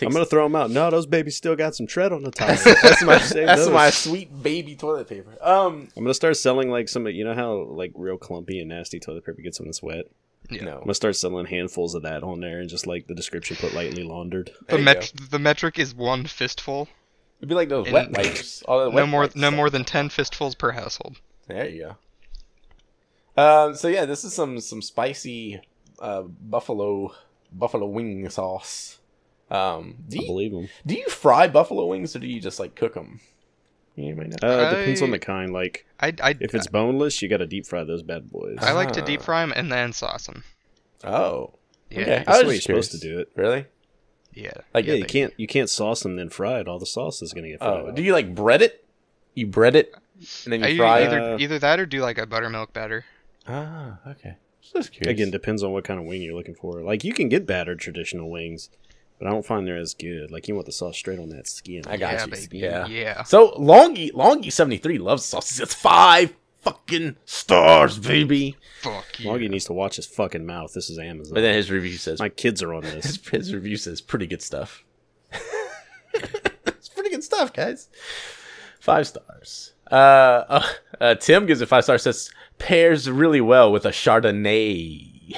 [SPEAKER 3] I'm gonna throw them out. No, those babies still got some tread on the top. That's my.
[SPEAKER 2] That's my sweet baby toilet paper. Um,
[SPEAKER 3] I'm gonna start selling like some. You know how like real clumpy and nasty toilet paper gets when it's wet.
[SPEAKER 1] Yeah.
[SPEAKER 3] I'm
[SPEAKER 2] no.
[SPEAKER 3] gonna start selling handfuls of that on there and just like the description put lightly laundered.
[SPEAKER 1] The,
[SPEAKER 2] There you
[SPEAKER 1] met- the metric is one fistful.
[SPEAKER 2] It'd be like those
[SPEAKER 1] And-
[SPEAKER 2] wet wipes. All the wet
[SPEAKER 1] no more,
[SPEAKER 2] wipes
[SPEAKER 1] no
[SPEAKER 2] stuff.
[SPEAKER 1] more than ten fistfuls per household.
[SPEAKER 2] There you go. Um, so yeah, this is some some spicy uh, buffalo buffalo wing sauce. Um, do,
[SPEAKER 3] I
[SPEAKER 2] you,
[SPEAKER 3] believe them.
[SPEAKER 2] do you fry buffalo wings or do you just like cook them? You might know.
[SPEAKER 3] Uh, it depends on
[SPEAKER 1] I-
[SPEAKER 3] the kind. Like
[SPEAKER 1] I I
[SPEAKER 3] if it's boneless, you got to deep fry those bad boys.
[SPEAKER 1] I like to deep
[SPEAKER 2] Ah.
[SPEAKER 1] fry them and then sauce them.
[SPEAKER 2] Oh,
[SPEAKER 1] Yeah,
[SPEAKER 2] Okay. I
[SPEAKER 3] That's
[SPEAKER 2] was
[SPEAKER 3] the way you're
[SPEAKER 2] just
[SPEAKER 3] supposed to
[SPEAKER 2] curious.
[SPEAKER 3] do it.
[SPEAKER 2] really?
[SPEAKER 1] yeah.
[SPEAKER 2] Like,
[SPEAKER 3] Yeah, you
[SPEAKER 1] they-
[SPEAKER 3] can't you can't sauce them then fry it. All the sauce is gonna get fried.
[SPEAKER 2] oh,
[SPEAKER 3] out.
[SPEAKER 2] do you like bread it? You bread it and then
[SPEAKER 1] I
[SPEAKER 2] you
[SPEAKER 1] usually
[SPEAKER 2] fry it.
[SPEAKER 1] either
[SPEAKER 3] uh,
[SPEAKER 1] either that or do like a buttermilk batter.
[SPEAKER 2] Ah, okay. Just curious.
[SPEAKER 3] Again, depends on what kind of wing you're looking for. Like you can get battered traditional wings, but I don't find they're as good. Like you want the sauce straight on that skin.
[SPEAKER 2] I got
[SPEAKER 1] yeah,
[SPEAKER 2] you.
[SPEAKER 1] baby.
[SPEAKER 2] Yeah.
[SPEAKER 1] yeah.
[SPEAKER 2] So Longy Longy seventy three loves sauces. It's five fucking stars, baby.
[SPEAKER 1] Fuck you.
[SPEAKER 3] Moggy needs to watch his fucking mouth. This is Amazon.
[SPEAKER 2] But then his review says
[SPEAKER 3] My kids are on this.
[SPEAKER 2] his, his review says pretty good stuff. it's pretty good stuff, guys. Five stars. Uh, uh, uh, Tim gives it five stars. Says pairs really well with a Chardonnay.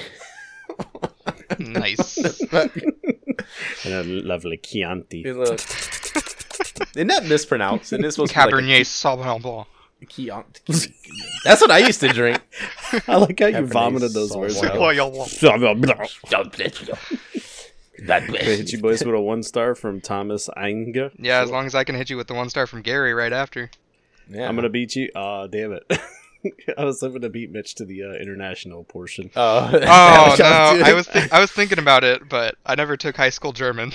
[SPEAKER 1] nice.
[SPEAKER 3] and a lovely Chianti.
[SPEAKER 2] Isn't that mispronounced? And this was
[SPEAKER 1] Cabernet Sauvignon Blanc.
[SPEAKER 2] Chianti. That's what I used to drink.
[SPEAKER 3] I like how you
[SPEAKER 2] Cabernet
[SPEAKER 3] vomited those words.
[SPEAKER 2] Sauvignon.
[SPEAKER 3] out. Hit you
[SPEAKER 2] that
[SPEAKER 3] boys with a one star from Thomas Anger.
[SPEAKER 1] Yeah, as long as I can hit you with the one star from Gary right after.
[SPEAKER 2] yeah.
[SPEAKER 3] I'm gonna beat you. Ah, damn it. I was hoping to beat Mitch to the uh, international portion.
[SPEAKER 2] Oh,
[SPEAKER 1] Oh no, I was thi- I was thinking about it, but I never took high school German.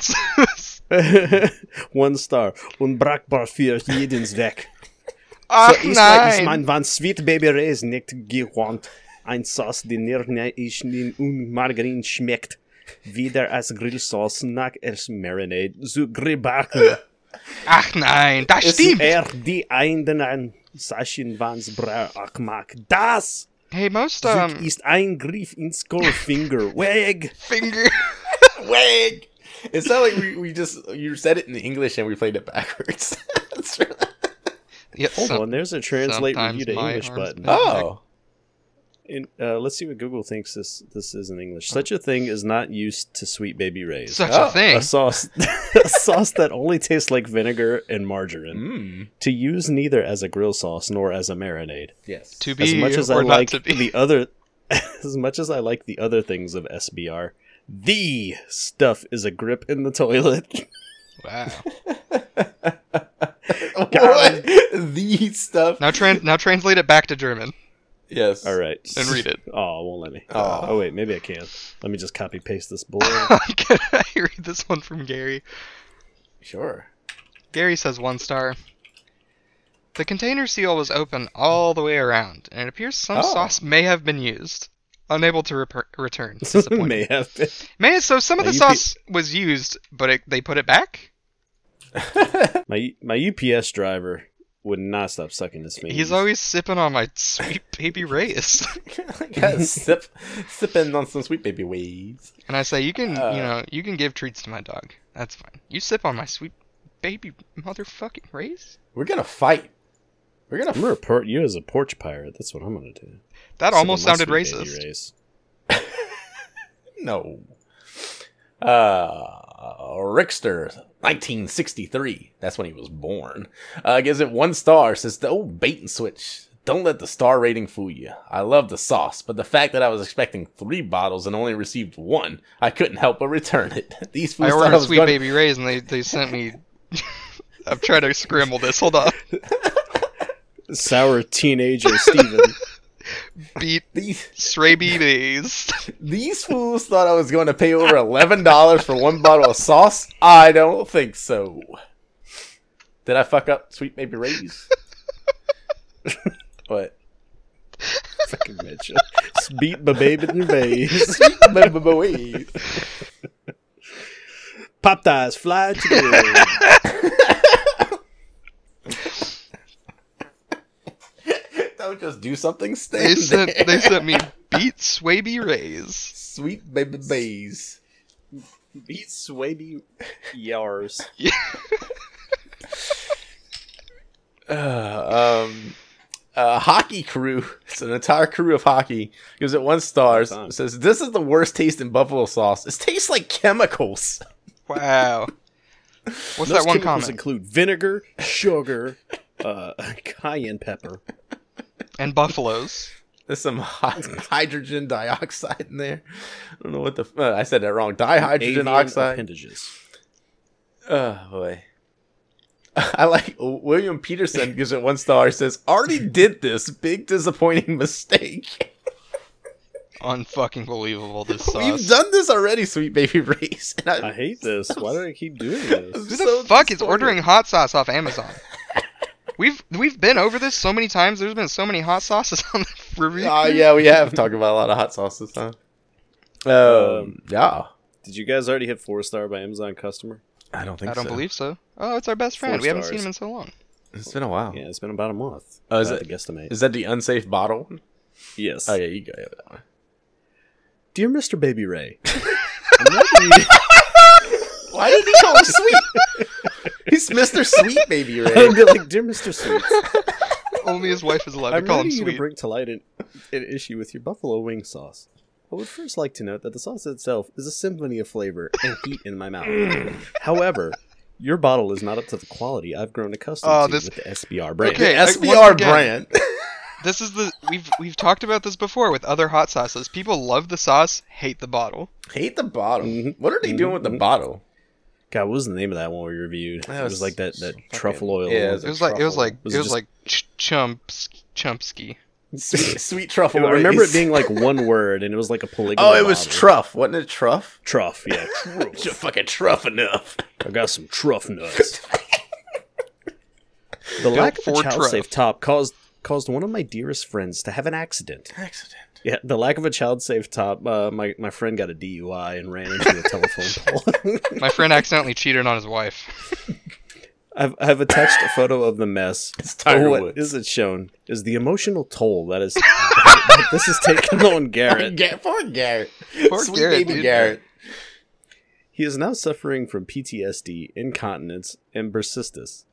[SPEAKER 3] One star. Unbrachbar für jeden Zweck.
[SPEAKER 1] Ach
[SPEAKER 3] Für Israel ist
[SPEAKER 1] nein.
[SPEAKER 3] mein Wann Sweet Baby Reis nicht gewandt. Ein Sauce, die nirgendwo und Margarine schmeckt. Weder als Grillsauce noch als Marinade zu gebacken.
[SPEAKER 1] Ach nein, das
[SPEAKER 3] Es
[SPEAKER 1] stimmt.
[SPEAKER 3] er die einen Sachen Wanns Brach mag. Das
[SPEAKER 1] Hey, most
[SPEAKER 3] Zug
[SPEAKER 1] um
[SPEAKER 3] ist ein Griff ins Goldfinger. Weg!
[SPEAKER 1] finger.
[SPEAKER 2] Wig. It sounded like we, we just you said it in English and we played it backwards. That's really-
[SPEAKER 1] Yeah,
[SPEAKER 3] Hold
[SPEAKER 1] some-
[SPEAKER 3] on, there's a translate
[SPEAKER 1] sometimes
[SPEAKER 3] review to
[SPEAKER 1] my
[SPEAKER 3] English
[SPEAKER 1] arms
[SPEAKER 3] button.
[SPEAKER 1] bend.
[SPEAKER 2] oh,
[SPEAKER 3] In, uh, let's see what Google thinks this this is in English. Such a thing is not used to sweet baby rays.
[SPEAKER 1] such
[SPEAKER 2] Oh,
[SPEAKER 1] a thing.
[SPEAKER 3] a sauce, a sauce that only tastes like vinegar and
[SPEAKER 1] Hmm?
[SPEAKER 3] margarine.
[SPEAKER 2] mm.
[SPEAKER 3] To use neither as a grill sauce nor as a marinade.
[SPEAKER 2] yes.
[SPEAKER 1] to be
[SPEAKER 3] As much as I
[SPEAKER 1] or
[SPEAKER 3] like
[SPEAKER 1] not to be.
[SPEAKER 3] the other, as much as I like the other things of SBR, the stuff is a grip in the toilet.
[SPEAKER 1] Wow.
[SPEAKER 2] what the stuff?
[SPEAKER 1] Now trans now translate it back to German
[SPEAKER 2] Yes.
[SPEAKER 3] All right,
[SPEAKER 1] and read it.
[SPEAKER 3] Oh, it won't let me.
[SPEAKER 2] Aw.
[SPEAKER 3] oh wait, maybe I can. Let me just copy paste this bull.
[SPEAKER 1] Can I read this one from Gary?
[SPEAKER 2] Sure.
[SPEAKER 1] Gary says one star. The container seal was open all the way around, and it appears some
[SPEAKER 2] Oh.
[SPEAKER 1] sauce may have been used. Unable to reper- return. Disappointing.
[SPEAKER 3] may have been.
[SPEAKER 1] Man, so some of
[SPEAKER 3] Now
[SPEAKER 1] the
[SPEAKER 3] you pe-
[SPEAKER 1] sauce was used, but it, they put it back.
[SPEAKER 3] My my UPS driver would not stop sucking his fingers.
[SPEAKER 1] He's always sipping on my sweet baby Reyes,
[SPEAKER 2] Gotta sip, sipping on some sweet baby ways.
[SPEAKER 1] and I say, "You can,
[SPEAKER 2] Uh.
[SPEAKER 1] you know, you can give treats to my dog. That's fine. You sip on my sweet baby motherfucking Reyes.
[SPEAKER 2] We're gonna fight. We're gonna.
[SPEAKER 3] I'm gonna report you as a porch pirate. That's what I'm gonna do.
[SPEAKER 1] That
[SPEAKER 3] Sipping
[SPEAKER 1] almost
[SPEAKER 3] my
[SPEAKER 1] sounded
[SPEAKER 3] sweet baby
[SPEAKER 1] racist.
[SPEAKER 3] rays.
[SPEAKER 2] No. Uh, Rickster, 1963. That's when he was born. Uh, gives it one star. Says the old bait and switch. Don't let the star rating fool you. I love the sauce, but the fact that I was expecting three bottles and only received one, I couldn't help but return it. These fools
[SPEAKER 1] I
[SPEAKER 2] thought
[SPEAKER 1] ordered
[SPEAKER 2] was
[SPEAKER 1] sweet
[SPEAKER 2] gonna-
[SPEAKER 1] baby Reyes, and they they sent me. I'm trying to scramble this. Hold on.
[SPEAKER 3] Sour teenager Steven.
[SPEAKER 1] Beat
[SPEAKER 2] These
[SPEAKER 1] Srabides.
[SPEAKER 2] these fools thought I was going to pay over eleven dollars for one bottle of sauce. I don't think so. Did I fuck up, sweet baby Ray's? but
[SPEAKER 3] Fucking Mitchell. Beat my baby in the face. Pop eyes, fly to the
[SPEAKER 2] don't just do something.
[SPEAKER 1] They
[SPEAKER 2] Stay
[SPEAKER 1] sent
[SPEAKER 2] there.
[SPEAKER 1] they sent me beat Swaby Reyes.
[SPEAKER 2] sweet baby bays.
[SPEAKER 3] Beat swaby yars.
[SPEAKER 2] Uh, um, a hockey crew. It's an entire crew of hockey. Gives it one star.
[SPEAKER 3] time.
[SPEAKER 2] Says this is the worst taste in buffalo sauce. It tastes like chemicals.
[SPEAKER 1] Wow. What's that one comment?
[SPEAKER 3] include vinegar, sugar, uh, cayenne pepper.
[SPEAKER 1] And buffaloes.
[SPEAKER 2] There's some hy- hydrogen dioxide in there. I don't know what the. F- uh, I said that wrong. Dihydrogen
[SPEAKER 3] avian
[SPEAKER 2] oxide.
[SPEAKER 3] appendages.
[SPEAKER 2] Oh boy. I like William Peterson gives it one star. Says already did this big disappointing mistake.
[SPEAKER 1] Unfucking believable this sauce.
[SPEAKER 2] We've done this already, sweet baby Reese. And I,
[SPEAKER 3] I hate this. Why do I keep doing this?
[SPEAKER 1] Who the fuck is ordering hot sauce off Amazon? we've we've been over this so many times. There's been so many hot sauces on the review.
[SPEAKER 2] Oh yeah, we have talked about a lot of hot sauce this time. Um, yeah.
[SPEAKER 3] Did you guys already hit four star by Amazon customer?
[SPEAKER 2] I don't think
[SPEAKER 1] I don't
[SPEAKER 2] so.
[SPEAKER 1] believe so. Oh, it's our best friend.
[SPEAKER 3] Four
[SPEAKER 1] we haven't
[SPEAKER 3] stars.
[SPEAKER 1] seen him in so long.
[SPEAKER 2] it's been a while.
[SPEAKER 3] Yeah, it's been about a month.
[SPEAKER 2] Oh, is
[SPEAKER 3] About
[SPEAKER 2] it-
[SPEAKER 3] to guesstimate?
[SPEAKER 2] Is that the unsafe bottle? one?
[SPEAKER 3] yes.
[SPEAKER 2] Oh yeah, you go yeah, that one.
[SPEAKER 3] Dear Mr. Baby Ray,
[SPEAKER 2] Why did he call him sweet? He's Mr. Sweet Baby Ray.
[SPEAKER 3] I'm like dear Mr. Sweets,
[SPEAKER 1] Only his wife is allowed to
[SPEAKER 3] I'm
[SPEAKER 1] call him
[SPEAKER 3] ready you
[SPEAKER 1] sweet.
[SPEAKER 3] to bring to light an, an issue with your buffalo wing sauce. I would first like to note that the sauce itself is a symphony of flavor and heat in my mouth. However, your bottle is not up to the quality I've grown accustomed
[SPEAKER 1] Oh,
[SPEAKER 3] to
[SPEAKER 1] this-
[SPEAKER 3] with the SBR brand.
[SPEAKER 1] Okay, like,
[SPEAKER 2] SBR
[SPEAKER 1] once again-
[SPEAKER 2] brand.
[SPEAKER 1] This is the we've we've talked about this before with other hot sauces. People love the sauce, hate the bottle.
[SPEAKER 2] Hate the bottle.
[SPEAKER 3] Mhm.
[SPEAKER 2] What are they doing with the bottle?
[SPEAKER 3] God, what was the name of that one we reviewed?
[SPEAKER 2] That
[SPEAKER 3] it was
[SPEAKER 2] was
[SPEAKER 3] like that, that
[SPEAKER 2] fucking-
[SPEAKER 3] truffle oil.
[SPEAKER 2] yeah,
[SPEAKER 3] one.
[SPEAKER 2] it
[SPEAKER 1] It was like it was like
[SPEAKER 3] Was
[SPEAKER 1] it
[SPEAKER 3] it
[SPEAKER 1] was
[SPEAKER 3] just-
[SPEAKER 1] like ch- chumps chumpsky.
[SPEAKER 2] Sweet, sweet truffle.
[SPEAKER 3] I remember
[SPEAKER 2] Rays.
[SPEAKER 3] it being like one word, and it was like a polygonal.
[SPEAKER 2] Oh, it was
[SPEAKER 3] bottle.
[SPEAKER 2] truff. Wasn't it truff?
[SPEAKER 3] Truff, yeah. truff.
[SPEAKER 2] Just fucking truff enough.
[SPEAKER 3] I got some truff nuts. the lack of
[SPEAKER 1] for
[SPEAKER 3] a child
[SPEAKER 1] truff.
[SPEAKER 3] safe top caused caused one of my dearest friends to have an accident.
[SPEAKER 2] Accident.
[SPEAKER 3] Yeah, the lack of a child safe top. Uh, my my friend got a DUI and ran into a telephone pole.
[SPEAKER 1] My friend accidentally cheated on his wife.
[SPEAKER 3] I've I've attached a photo of the mess.
[SPEAKER 2] It's Tiger
[SPEAKER 3] But what
[SPEAKER 2] Woods.
[SPEAKER 3] is it shown is the emotional toll that is this is taken on Garrett.
[SPEAKER 2] Gar- poor Garrett.
[SPEAKER 1] Poor
[SPEAKER 2] sweet
[SPEAKER 1] Garrett,
[SPEAKER 2] baby
[SPEAKER 1] dude.
[SPEAKER 2] Garrett.
[SPEAKER 3] He is now suffering from PTSD, incontinence, and persistus.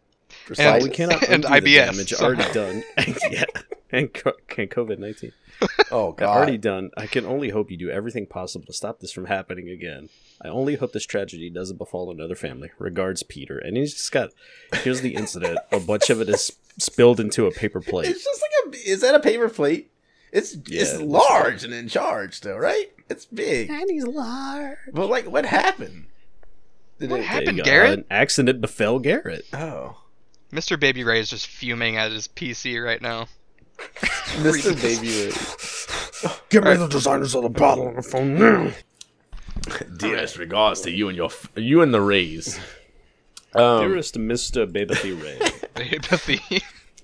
[SPEAKER 1] And-
[SPEAKER 3] While we cannot
[SPEAKER 1] and
[SPEAKER 3] undo the
[SPEAKER 1] IBS
[SPEAKER 3] damage
[SPEAKER 1] somehow.
[SPEAKER 3] already done, yeah, and co- and COVID nineteen
[SPEAKER 2] oh god.
[SPEAKER 3] already done. I can only hope you do everything possible to stop this from happening again. I only hope this tragedy doesn't befall another family. Regards, Peter. And he's just got here's the incident. A bunch of it is spilled into a paper plate.
[SPEAKER 2] It's just like a. Is that a paper plate? It's it's
[SPEAKER 3] Yeah.
[SPEAKER 2] large and in charge though, right? It's big.
[SPEAKER 3] And he's large.
[SPEAKER 2] But like, what happened? Did
[SPEAKER 1] What
[SPEAKER 2] it-
[SPEAKER 1] happened? Garrett?
[SPEAKER 3] An accident befell Garrett.
[SPEAKER 2] Oh,
[SPEAKER 1] Mr. Baby Ray is just fuming at his PC right now.
[SPEAKER 2] Mr. Baby.
[SPEAKER 3] Get me the designers of the bottle on the phone now.
[SPEAKER 2] Dearest regards to you and your f- you and the Rays. Um,
[SPEAKER 3] Dearest Mr. Baby Ray,
[SPEAKER 1] Babe Thee.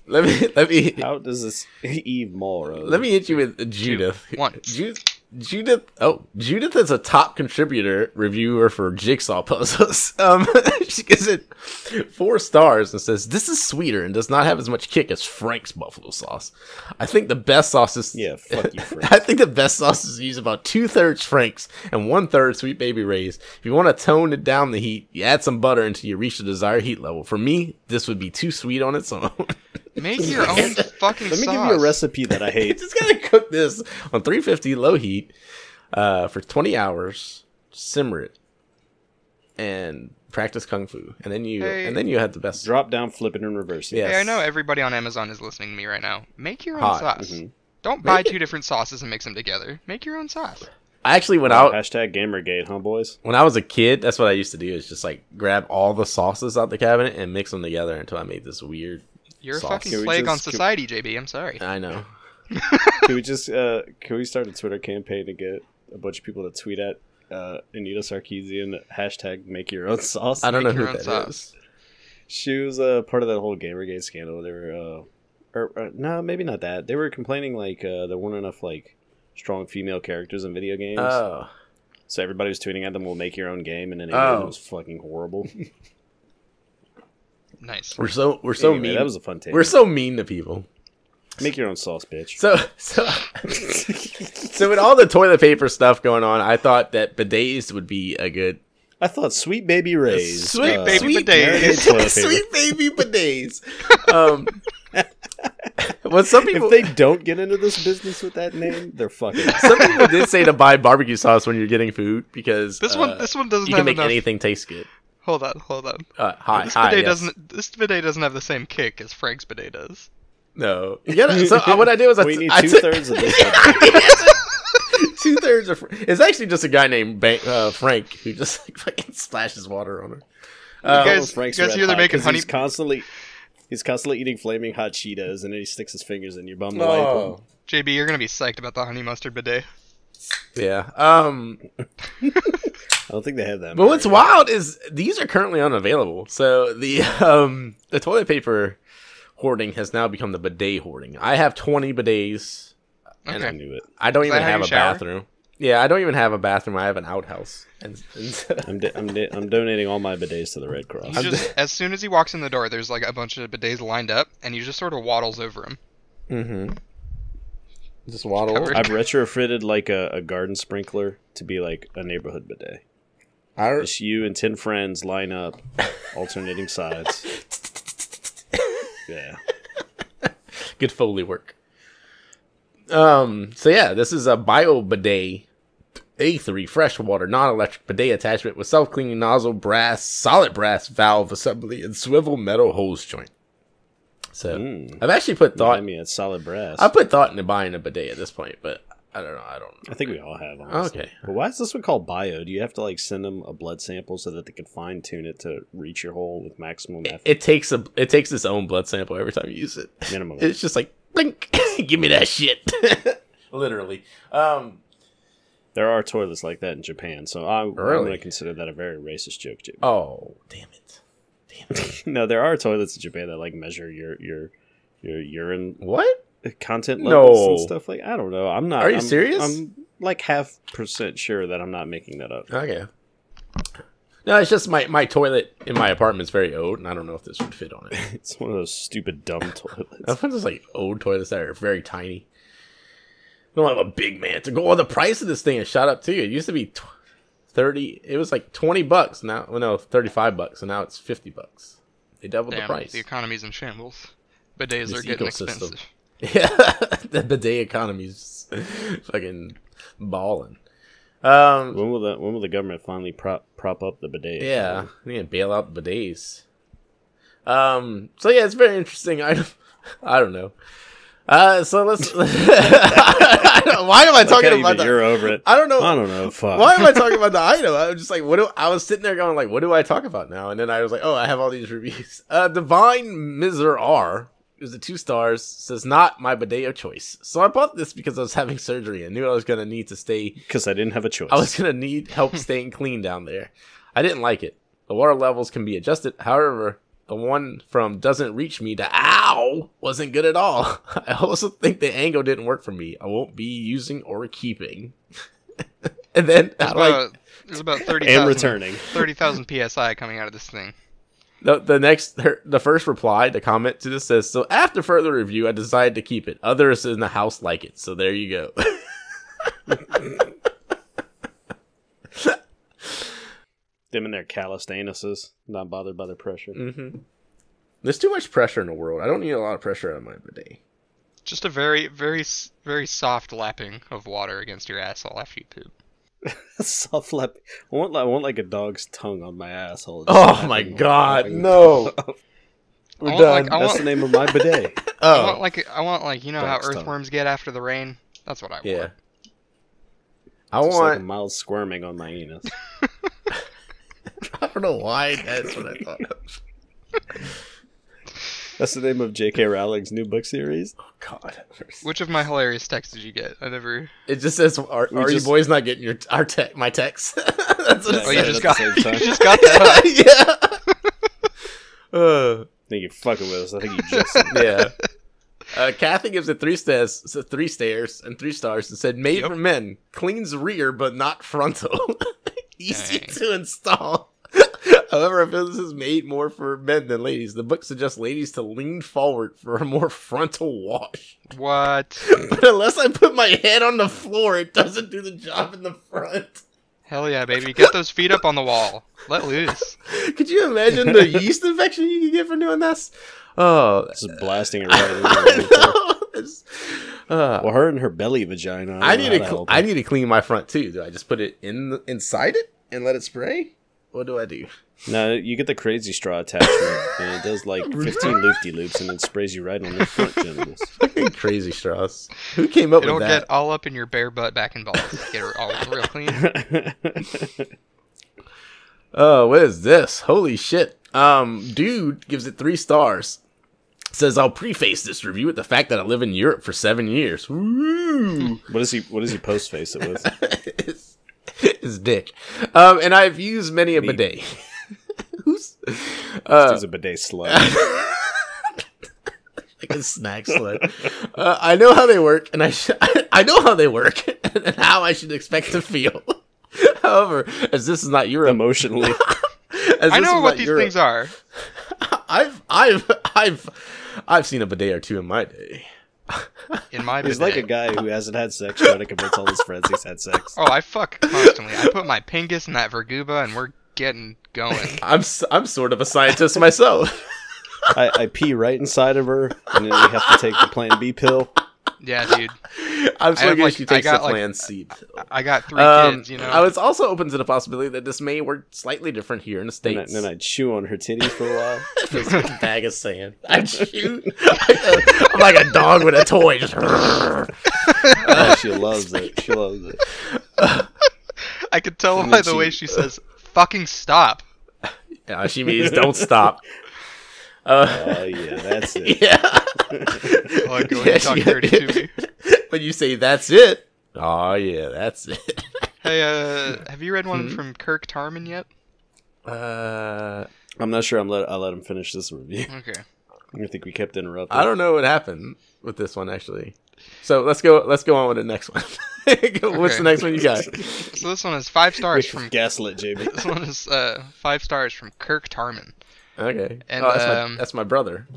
[SPEAKER 2] let me let me
[SPEAKER 3] how does this Eve Morrow?
[SPEAKER 2] Let me hit you with Judith.
[SPEAKER 1] once.
[SPEAKER 2] Ju- Judith. Oh, Judith is a top contributor reviewer for Jigsaw puzzles. Um, she gives it four stars and says this is sweeter and does not have as much kick as Frank's buffalo sauce. I think the best sauce is
[SPEAKER 3] Yeah, fuck you, Frank.
[SPEAKER 2] I think the best sauces use about two thirds Frank's and one third Sweet Baby Ray's. If you want to tone it down the heat, you add some butter until you reach the desired heat level. For me, this would be too sweet on its own.
[SPEAKER 1] Make your own fucking
[SPEAKER 3] Let me
[SPEAKER 1] sauce.
[SPEAKER 3] give you a recipe that I
[SPEAKER 2] you
[SPEAKER 3] hate.
[SPEAKER 2] just gotta cook this on 350 low heat uh, for 20 hours, simmer it, and practice kung fu, and then you
[SPEAKER 1] Hey.
[SPEAKER 2] and then you had the best.
[SPEAKER 3] Drop down, flip it, and reverse it.
[SPEAKER 2] Yeah.
[SPEAKER 1] Hey, I
[SPEAKER 2] Yes.
[SPEAKER 1] know everybody on Amazon is listening to me right now. Make your own
[SPEAKER 2] Hot.
[SPEAKER 1] sauce.
[SPEAKER 3] Mhm.
[SPEAKER 1] Don't buy
[SPEAKER 2] Make it-
[SPEAKER 1] two different sauces and mix them together. Make your own sauce.
[SPEAKER 2] I actually went out
[SPEAKER 3] Hashtag Gamergate, huh, boys?
[SPEAKER 2] when I was a kid. That's what I used to do is just like grab all the sauces out the cabinet and mix them together until I made this weird.
[SPEAKER 1] You're
[SPEAKER 2] Sauce.
[SPEAKER 1] a fucking
[SPEAKER 3] Can we
[SPEAKER 1] plague on
[SPEAKER 3] just- can-
[SPEAKER 1] society, JB. I'm sorry.
[SPEAKER 2] I know.
[SPEAKER 3] can we just uh, can we start a Twitter campaign to get a bunch of people to tweet at uh, Anita Sarkeesian hashtag Make Your Own Sauce?
[SPEAKER 2] I don't know
[SPEAKER 1] Make
[SPEAKER 2] who
[SPEAKER 1] your own
[SPEAKER 2] that is.
[SPEAKER 1] sauce.
[SPEAKER 3] She was uh, part of that whole Gamergate scandal. They were, uh, or, or no, maybe not that. They were complaining like uh, there weren't enough like strong female characters in video games.
[SPEAKER 2] Oh,
[SPEAKER 3] so everybody was tweeting at them, "We'll make your own game," and then it
[SPEAKER 2] Oh.
[SPEAKER 3] was fucking horrible.
[SPEAKER 1] Nice.
[SPEAKER 2] we're so we're so
[SPEAKER 3] Anyway,
[SPEAKER 2] mean.
[SPEAKER 3] That was a fun take.
[SPEAKER 2] we're so mean to people.
[SPEAKER 3] make your own sauce, bitch.
[SPEAKER 2] So so so with all the toilet paper stuff going on, I thought that bidets would be a good
[SPEAKER 3] I thought Sweet Baby Ray's
[SPEAKER 2] Sweet
[SPEAKER 3] uh,
[SPEAKER 1] baby bidets.
[SPEAKER 3] Marinade toilet paper.
[SPEAKER 2] sweet baby bidets. Um, well, some people
[SPEAKER 3] If they don't get into this business with that name, they're fucking.
[SPEAKER 2] some people did say to buy barbecue sauce when you're getting food because
[SPEAKER 1] This
[SPEAKER 2] uh,
[SPEAKER 1] one, this one doesn't
[SPEAKER 2] you can
[SPEAKER 1] have
[SPEAKER 2] make
[SPEAKER 1] enough.
[SPEAKER 2] anything taste good.
[SPEAKER 1] Hold on, hold on.
[SPEAKER 2] Uh, hi,
[SPEAKER 1] This
[SPEAKER 2] hi,
[SPEAKER 1] bidet
[SPEAKER 2] yes.
[SPEAKER 1] doesn't. This bidet doesn't have the same kick as Frank's bidet does.
[SPEAKER 2] No, you gotta, so uh, what I did was I
[SPEAKER 3] we
[SPEAKER 2] t-
[SPEAKER 3] need
[SPEAKER 2] I
[SPEAKER 3] two
[SPEAKER 2] took-
[SPEAKER 3] thirds of this.
[SPEAKER 2] two thirds of it's actually just a guy named Ban- uh, Frank who just like fucking splashes water on her.
[SPEAKER 3] Um,
[SPEAKER 1] You
[SPEAKER 2] Uh,
[SPEAKER 1] guys- you guys hear they're making honey-
[SPEAKER 3] He's constantly, he's constantly eating flaming hot Cheetos, and then he sticks his fingers in your bum to wipe 'em.
[SPEAKER 2] oh.
[SPEAKER 1] JB, you're gonna be psyched about the honey mustard bidet.
[SPEAKER 2] Yeah. Um.
[SPEAKER 3] I don't think they have that.
[SPEAKER 2] But what's
[SPEAKER 3] many.
[SPEAKER 2] wild is these are currently unavailable. So the um the toilet paper hoarding has now become the bidet hoarding. I have twenty bidets.
[SPEAKER 3] I
[SPEAKER 1] Okay.
[SPEAKER 3] knew it.
[SPEAKER 2] I don't
[SPEAKER 1] Is that
[SPEAKER 2] even
[SPEAKER 1] how
[SPEAKER 2] have
[SPEAKER 1] you
[SPEAKER 2] a
[SPEAKER 1] shower?
[SPEAKER 2] bathroom. Yeah, I don't even have a bathroom. I have an outhouse. And, and
[SPEAKER 3] I'm, di- I'm, di- I'm donating all my bidets to the Red Cross.
[SPEAKER 1] He's just as soon as he walks in the door, there's like a bunch of bidets lined up, and he just sort of waddles over him.
[SPEAKER 2] mm-hmm. Just waddle. over.
[SPEAKER 1] Covered.
[SPEAKER 3] I've retrofitted like a, a garden sprinkler to be like a neighborhood bidet.
[SPEAKER 2] I,
[SPEAKER 3] Just you and ten friends line up, alternating sides. Yeah,
[SPEAKER 2] good foley work. Um. So yeah, this is a bio bidet. A3 freshwater non-electric bidet attachment with self-cleaning nozzle, brass, solid brass valve assembly, and swivel metal hose joint. So
[SPEAKER 3] Mm.
[SPEAKER 2] I've actually put
[SPEAKER 3] I
[SPEAKER 2] thought.
[SPEAKER 3] mean it's solid brass.
[SPEAKER 2] I put thought into buying a bidet at this point, but I don't know. I don't.
[SPEAKER 3] I think we all have. Honestly.
[SPEAKER 2] Okay.
[SPEAKER 3] But why is this one called bio? Do you have to like send them a blood sample so that they can fine tune it to reach your hole with maximum effort?
[SPEAKER 2] It takes a it takes its own blood sample every time you use it.
[SPEAKER 3] minimum.
[SPEAKER 2] It's just like blink. Give me that shit. Literally. Um.
[SPEAKER 3] There are toilets like that in Japan, so I, am going
[SPEAKER 2] Really?
[SPEAKER 3] to consider that a very racist joke, too.
[SPEAKER 2] Oh damn it.
[SPEAKER 3] no, there are toilets in Japan that like measure your your your urine
[SPEAKER 2] What?
[SPEAKER 3] content
[SPEAKER 2] No.
[SPEAKER 3] levels and stuff like. I don't know. I'm not.
[SPEAKER 2] Are you
[SPEAKER 3] I'm-
[SPEAKER 2] serious?
[SPEAKER 3] I'm like half percent sure that I'm not making that up.
[SPEAKER 2] Okay. No, it's just my, my toilet in my apartment's very old, and I don't know if this would fit on it.
[SPEAKER 3] It's one of those stupid dumb toilets.
[SPEAKER 2] I find this like old toilets that are very tiny. I don't have a big man to go. Well, the price of this thing has shot up too. It used to be tw- thirty. It was like twenty bucks now. Well, no, thirty five bucks, and now it's fifty bucks. They doubled the
[SPEAKER 1] Damn,
[SPEAKER 2] price.
[SPEAKER 1] the economy's in shambles. Bidets
[SPEAKER 2] This
[SPEAKER 1] are getting
[SPEAKER 2] ecosystem.
[SPEAKER 1] expensive.
[SPEAKER 2] Yeah, the bidet economy's fucking balling. Um,
[SPEAKER 3] when will the when will the government finally prop prop up the bidet?
[SPEAKER 2] Yeah, I need to bail out bidets. Um. So yeah, it's very interesting. I, don't- I don't know. Uh. So let's. I don't- why am I
[SPEAKER 3] Like,
[SPEAKER 2] talking
[SPEAKER 3] how
[SPEAKER 2] about
[SPEAKER 3] even
[SPEAKER 2] that?
[SPEAKER 3] you're over it.
[SPEAKER 2] I don't know.
[SPEAKER 3] I don't know. Fuck.
[SPEAKER 2] Why am I talking about the item? I was just like, what do I was sitting there going like, what do I talk about now? And then I was like, oh, I have all these reviews. Uh, Divine Miser R is the two stars says not my bidet of choice. So I bought this because I was having surgery and knew I was gonna need to stay
[SPEAKER 3] Because I didn't have a choice.
[SPEAKER 2] I was gonna need help staying clean down there. I didn't like it. The water levels can be adjusted. However, the one from doesn't reach me to ow wasn't good at all. I also think the angle didn't work for me. I won't be using or keeping. and then I
[SPEAKER 1] There's
[SPEAKER 2] like
[SPEAKER 1] about, Uh, there's about 30,000
[SPEAKER 3] and returning.
[SPEAKER 1] 30,000 psi coming out of this thing.
[SPEAKER 2] the, the next her, the first reply, the comment to this says, "So after further review, I decided to keep it. Others in the house like it. So there you go."
[SPEAKER 3] Them and their calloused anuses, not bothered by the pressure.
[SPEAKER 2] mm-hmm. There's too much pressure in the world. I don't need a lot of pressure on my bidet.
[SPEAKER 1] Just a very, very, s- very soft lapping of water against your asshole after you poop.
[SPEAKER 3] Soft lap. I want, I want like a dog's tongue on my asshole. Just
[SPEAKER 2] Oh
[SPEAKER 3] lapping-
[SPEAKER 2] my god,
[SPEAKER 3] lapping.
[SPEAKER 2] no. We're
[SPEAKER 1] I want, like,
[SPEAKER 2] done.
[SPEAKER 1] I
[SPEAKER 3] That's
[SPEAKER 1] want,
[SPEAKER 3] the name of my bidet.
[SPEAKER 2] Oh,
[SPEAKER 1] I want like I want like you know how
[SPEAKER 3] Dog's tongue.
[SPEAKER 1] earthworms get after the rain. That's what I want.
[SPEAKER 2] yeah. I
[SPEAKER 3] Just like a
[SPEAKER 2] want.
[SPEAKER 3] mild squirming on my anus.
[SPEAKER 2] I don't know why that's what I thought of.
[SPEAKER 3] That's the name of J.K. Rowling's new book series.
[SPEAKER 2] Oh God,
[SPEAKER 1] Which of my hilarious texts did you get? I never.
[SPEAKER 2] it just says, "Are,
[SPEAKER 3] We
[SPEAKER 2] are
[SPEAKER 3] just-
[SPEAKER 2] you boys not getting your our te- my text?" that's what
[SPEAKER 3] Yeah,
[SPEAKER 1] Oh,
[SPEAKER 2] it
[SPEAKER 1] you
[SPEAKER 3] said
[SPEAKER 1] just
[SPEAKER 3] at
[SPEAKER 1] got.
[SPEAKER 3] the same
[SPEAKER 1] You
[SPEAKER 3] time.
[SPEAKER 1] just got that.
[SPEAKER 2] says. yeah. uh,
[SPEAKER 3] I think you're fucking with us. I think you just.
[SPEAKER 2] yeah. Uh, Kathy gives it three stairs, so three stairs, and three stars, and said, "Made for men, cleans rear but not frontal, easy
[SPEAKER 1] Dang.
[SPEAKER 2] to install." However, I feel this is made more for men than ladies. The book suggests ladies to lean forward for a more frontal wash,
[SPEAKER 1] What?
[SPEAKER 2] but unless I put my head on the floor, it doesn't do the job in the front.
[SPEAKER 1] Hell yeah, baby! Get those feet up on the wall. Let loose.
[SPEAKER 2] Could you imagine the yeast infection you could get from doing this? Oh,
[SPEAKER 3] Just blasting it right in
[SPEAKER 2] I
[SPEAKER 3] the mouth.
[SPEAKER 2] know. It's- uh,
[SPEAKER 3] Well, her and her belly vagina.
[SPEAKER 2] I need to. Cl-
[SPEAKER 3] help.
[SPEAKER 2] I need to clean my front too. Do I just put it in the, inside it and let it spray? What do I do?
[SPEAKER 3] No, you get the crazy straw attachment, and it does like 15 loop de loops, and it sprays you right on the front genitals.
[SPEAKER 2] Fucking crazy straws. Who came up
[SPEAKER 1] It'll
[SPEAKER 2] with that?
[SPEAKER 1] get all up in your bare butt, back and balls. Get her all real clean.
[SPEAKER 2] Oh, what is this? Holy shit. Um, dude gives it three stars. Says I'll preface this review with the fact that I live in Europe for seven years. Woo!
[SPEAKER 3] What does he? What does he post face it with?
[SPEAKER 2] his, his dick. Um, and I've used many a bidet. Who's
[SPEAKER 3] He's a bidet slut.
[SPEAKER 2] like a snack slut? Uh, I know how they work, and I sh- I know how they work, and how I should expect to feel. However, as this is not Europe,
[SPEAKER 3] Emotionally,
[SPEAKER 2] as
[SPEAKER 1] I
[SPEAKER 2] this
[SPEAKER 1] know
[SPEAKER 2] is
[SPEAKER 1] what
[SPEAKER 2] not
[SPEAKER 1] these
[SPEAKER 2] Europe-
[SPEAKER 1] things are.
[SPEAKER 2] I've I've I've I've seen a bidet or two in my day.
[SPEAKER 1] In my
[SPEAKER 3] he's like a
[SPEAKER 1] bidet.
[SPEAKER 3] guy who hasn't had sex trying to convince all his friends he's had sex.
[SPEAKER 1] Oh, I fuck constantly. I put my pingus in that verguba, and we're getting going.
[SPEAKER 2] I'm s- I'm sort of a scientist myself.
[SPEAKER 3] I, I pee right inside of her, and then we have to take the Plan B pill.
[SPEAKER 1] Yeah, dude.
[SPEAKER 2] I'm so
[SPEAKER 1] have,
[SPEAKER 2] good
[SPEAKER 1] like-
[SPEAKER 2] she
[SPEAKER 1] I
[SPEAKER 2] takes
[SPEAKER 1] got,
[SPEAKER 2] the
[SPEAKER 1] like,
[SPEAKER 2] plan C.
[SPEAKER 1] I got three
[SPEAKER 2] Um,
[SPEAKER 1] kids. You know.
[SPEAKER 2] I was also open to the possibility that this may work slightly different here in the
[SPEAKER 3] And I-
[SPEAKER 2] states.
[SPEAKER 3] then I chew on her titty for a while.
[SPEAKER 2] Just like a bag of sand. I shoot. I'm like a dog with a toy. Just
[SPEAKER 3] Oh, she loves it. She loves it.
[SPEAKER 1] I could tell
[SPEAKER 3] And
[SPEAKER 1] by
[SPEAKER 3] then
[SPEAKER 1] the way
[SPEAKER 3] she-
[SPEAKER 1] she says "fucking stop."
[SPEAKER 2] Yeah, she means don't stop. Uh,
[SPEAKER 3] Oh yeah, that's it.
[SPEAKER 2] yeah.
[SPEAKER 1] Oh, go ahead
[SPEAKER 2] Yeah,
[SPEAKER 1] and talk
[SPEAKER 2] she-
[SPEAKER 1] dirty to me.
[SPEAKER 2] But you say that's it. Oh yeah, that's it.
[SPEAKER 1] Hey, uh, have you read one from Kirk Tarman yet?
[SPEAKER 2] Uh,
[SPEAKER 3] I'm not sure. I'm let I let him finish this review.
[SPEAKER 1] Okay.
[SPEAKER 3] I think we kept interrupting.
[SPEAKER 2] I don't know what happened with this one actually. So let's go. Let's go on with the next one. What's
[SPEAKER 1] Okay.
[SPEAKER 2] the next one you got?
[SPEAKER 1] So this one is five stars from.
[SPEAKER 3] gaslit Jamie.
[SPEAKER 1] This one is uh, five stars from Kirk Tarman.
[SPEAKER 2] Okay.
[SPEAKER 1] And,
[SPEAKER 2] oh, that's,
[SPEAKER 1] um,
[SPEAKER 2] my, that's my brother.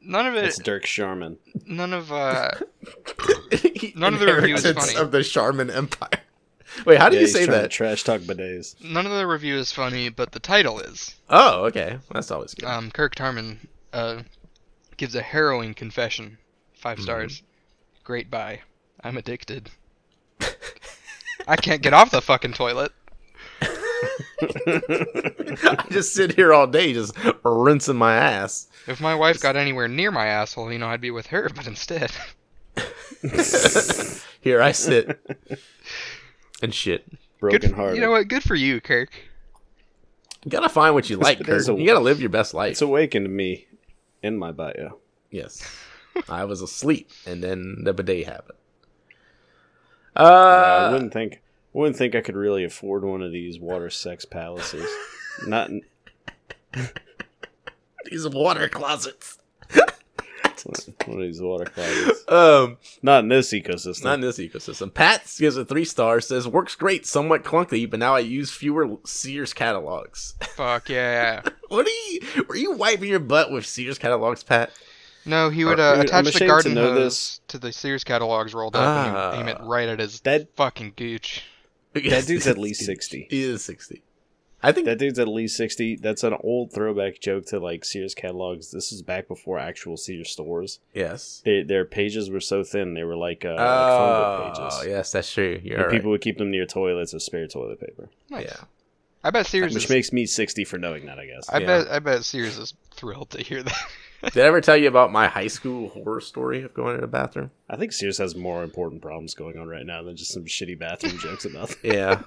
[SPEAKER 1] None of
[SPEAKER 3] It's
[SPEAKER 1] it.
[SPEAKER 3] Dirk Sharman.
[SPEAKER 1] None of. Uh,
[SPEAKER 2] None
[SPEAKER 1] None of the review is funny.
[SPEAKER 2] of the Charmin Empire. Wait, how do
[SPEAKER 3] Yeah,
[SPEAKER 2] you
[SPEAKER 3] he's
[SPEAKER 2] say
[SPEAKER 3] trying to
[SPEAKER 2] that?
[SPEAKER 3] Trash talk bidets.
[SPEAKER 1] none of the review is funny, but the title is.
[SPEAKER 2] Oh, okay. That's always good.
[SPEAKER 1] Um, Kirk Tarman uh, gives a harrowing confession.
[SPEAKER 3] Mm-hmm.
[SPEAKER 1] Five stars. Great bye. I'm addicted. I can't get off the fucking toilet.
[SPEAKER 2] I just sit here all day, just rinsing my ass.
[SPEAKER 1] If my wife got anywhere near my asshole, you know, I'd be with her, but instead.
[SPEAKER 2] Here I sit and shit.
[SPEAKER 3] Broken
[SPEAKER 1] good,
[SPEAKER 3] heart.
[SPEAKER 1] You know what? Good for you, Kirk.
[SPEAKER 2] You gotta find what you like,
[SPEAKER 3] There's
[SPEAKER 2] Kurt.
[SPEAKER 3] a-
[SPEAKER 2] You gotta live your best life.
[SPEAKER 3] It's awakened me in my bio.
[SPEAKER 2] yes, I was asleep, and then the bidet happened. Uh,
[SPEAKER 3] I wouldn't think wouldn't think I could really afford one of these water sex palaces. Not
[SPEAKER 2] these water closets.
[SPEAKER 3] one of these water closets.
[SPEAKER 2] Um,
[SPEAKER 3] Not in this ecosystem.
[SPEAKER 2] not in this ecosystem. Pat gives it three stars. Says works great, somewhat clunky, but now I use fewer Sears catalogs.
[SPEAKER 1] Fuck yeah.
[SPEAKER 2] what are you? Were you wiping your butt with Sears catalogs, Pat?
[SPEAKER 1] No, he would
[SPEAKER 2] Or-
[SPEAKER 1] uh,
[SPEAKER 3] I'm
[SPEAKER 1] attach the
[SPEAKER 3] ashamed to
[SPEAKER 1] garden
[SPEAKER 3] know
[SPEAKER 1] hose
[SPEAKER 3] this.
[SPEAKER 1] to the Sears catalogs rolled up and he would aim it
[SPEAKER 2] Ah.
[SPEAKER 1] right at his
[SPEAKER 3] That-
[SPEAKER 1] fucking gooch.
[SPEAKER 3] that dude's at least sixty.
[SPEAKER 2] He is sixty. I think.
[SPEAKER 3] That dude's at least sixty. That's an old throwback joke to like Sears catalogs. This is back before actual Sears stores.
[SPEAKER 2] yes.
[SPEAKER 3] They, their pages were so thin. They were like uh, like phone book
[SPEAKER 2] Oh,
[SPEAKER 3] pages.
[SPEAKER 2] yes, that's true. You're
[SPEAKER 3] And
[SPEAKER 2] right.
[SPEAKER 3] people would keep them near toilets or spare toilet paper,
[SPEAKER 1] Nice.
[SPEAKER 2] Yeah.
[SPEAKER 1] I bet Sears
[SPEAKER 3] which
[SPEAKER 1] is,
[SPEAKER 3] makes me sixty for knowing that. I guess.
[SPEAKER 1] I
[SPEAKER 2] yeah.
[SPEAKER 1] bet I bet Sears is thrilled to hear that.
[SPEAKER 2] Did I ever tell you about my high school horror story of going to the bathroom?
[SPEAKER 3] I think Sears has more important problems going on right now than just some shitty bathroom jokes about.
[SPEAKER 2] Yeah.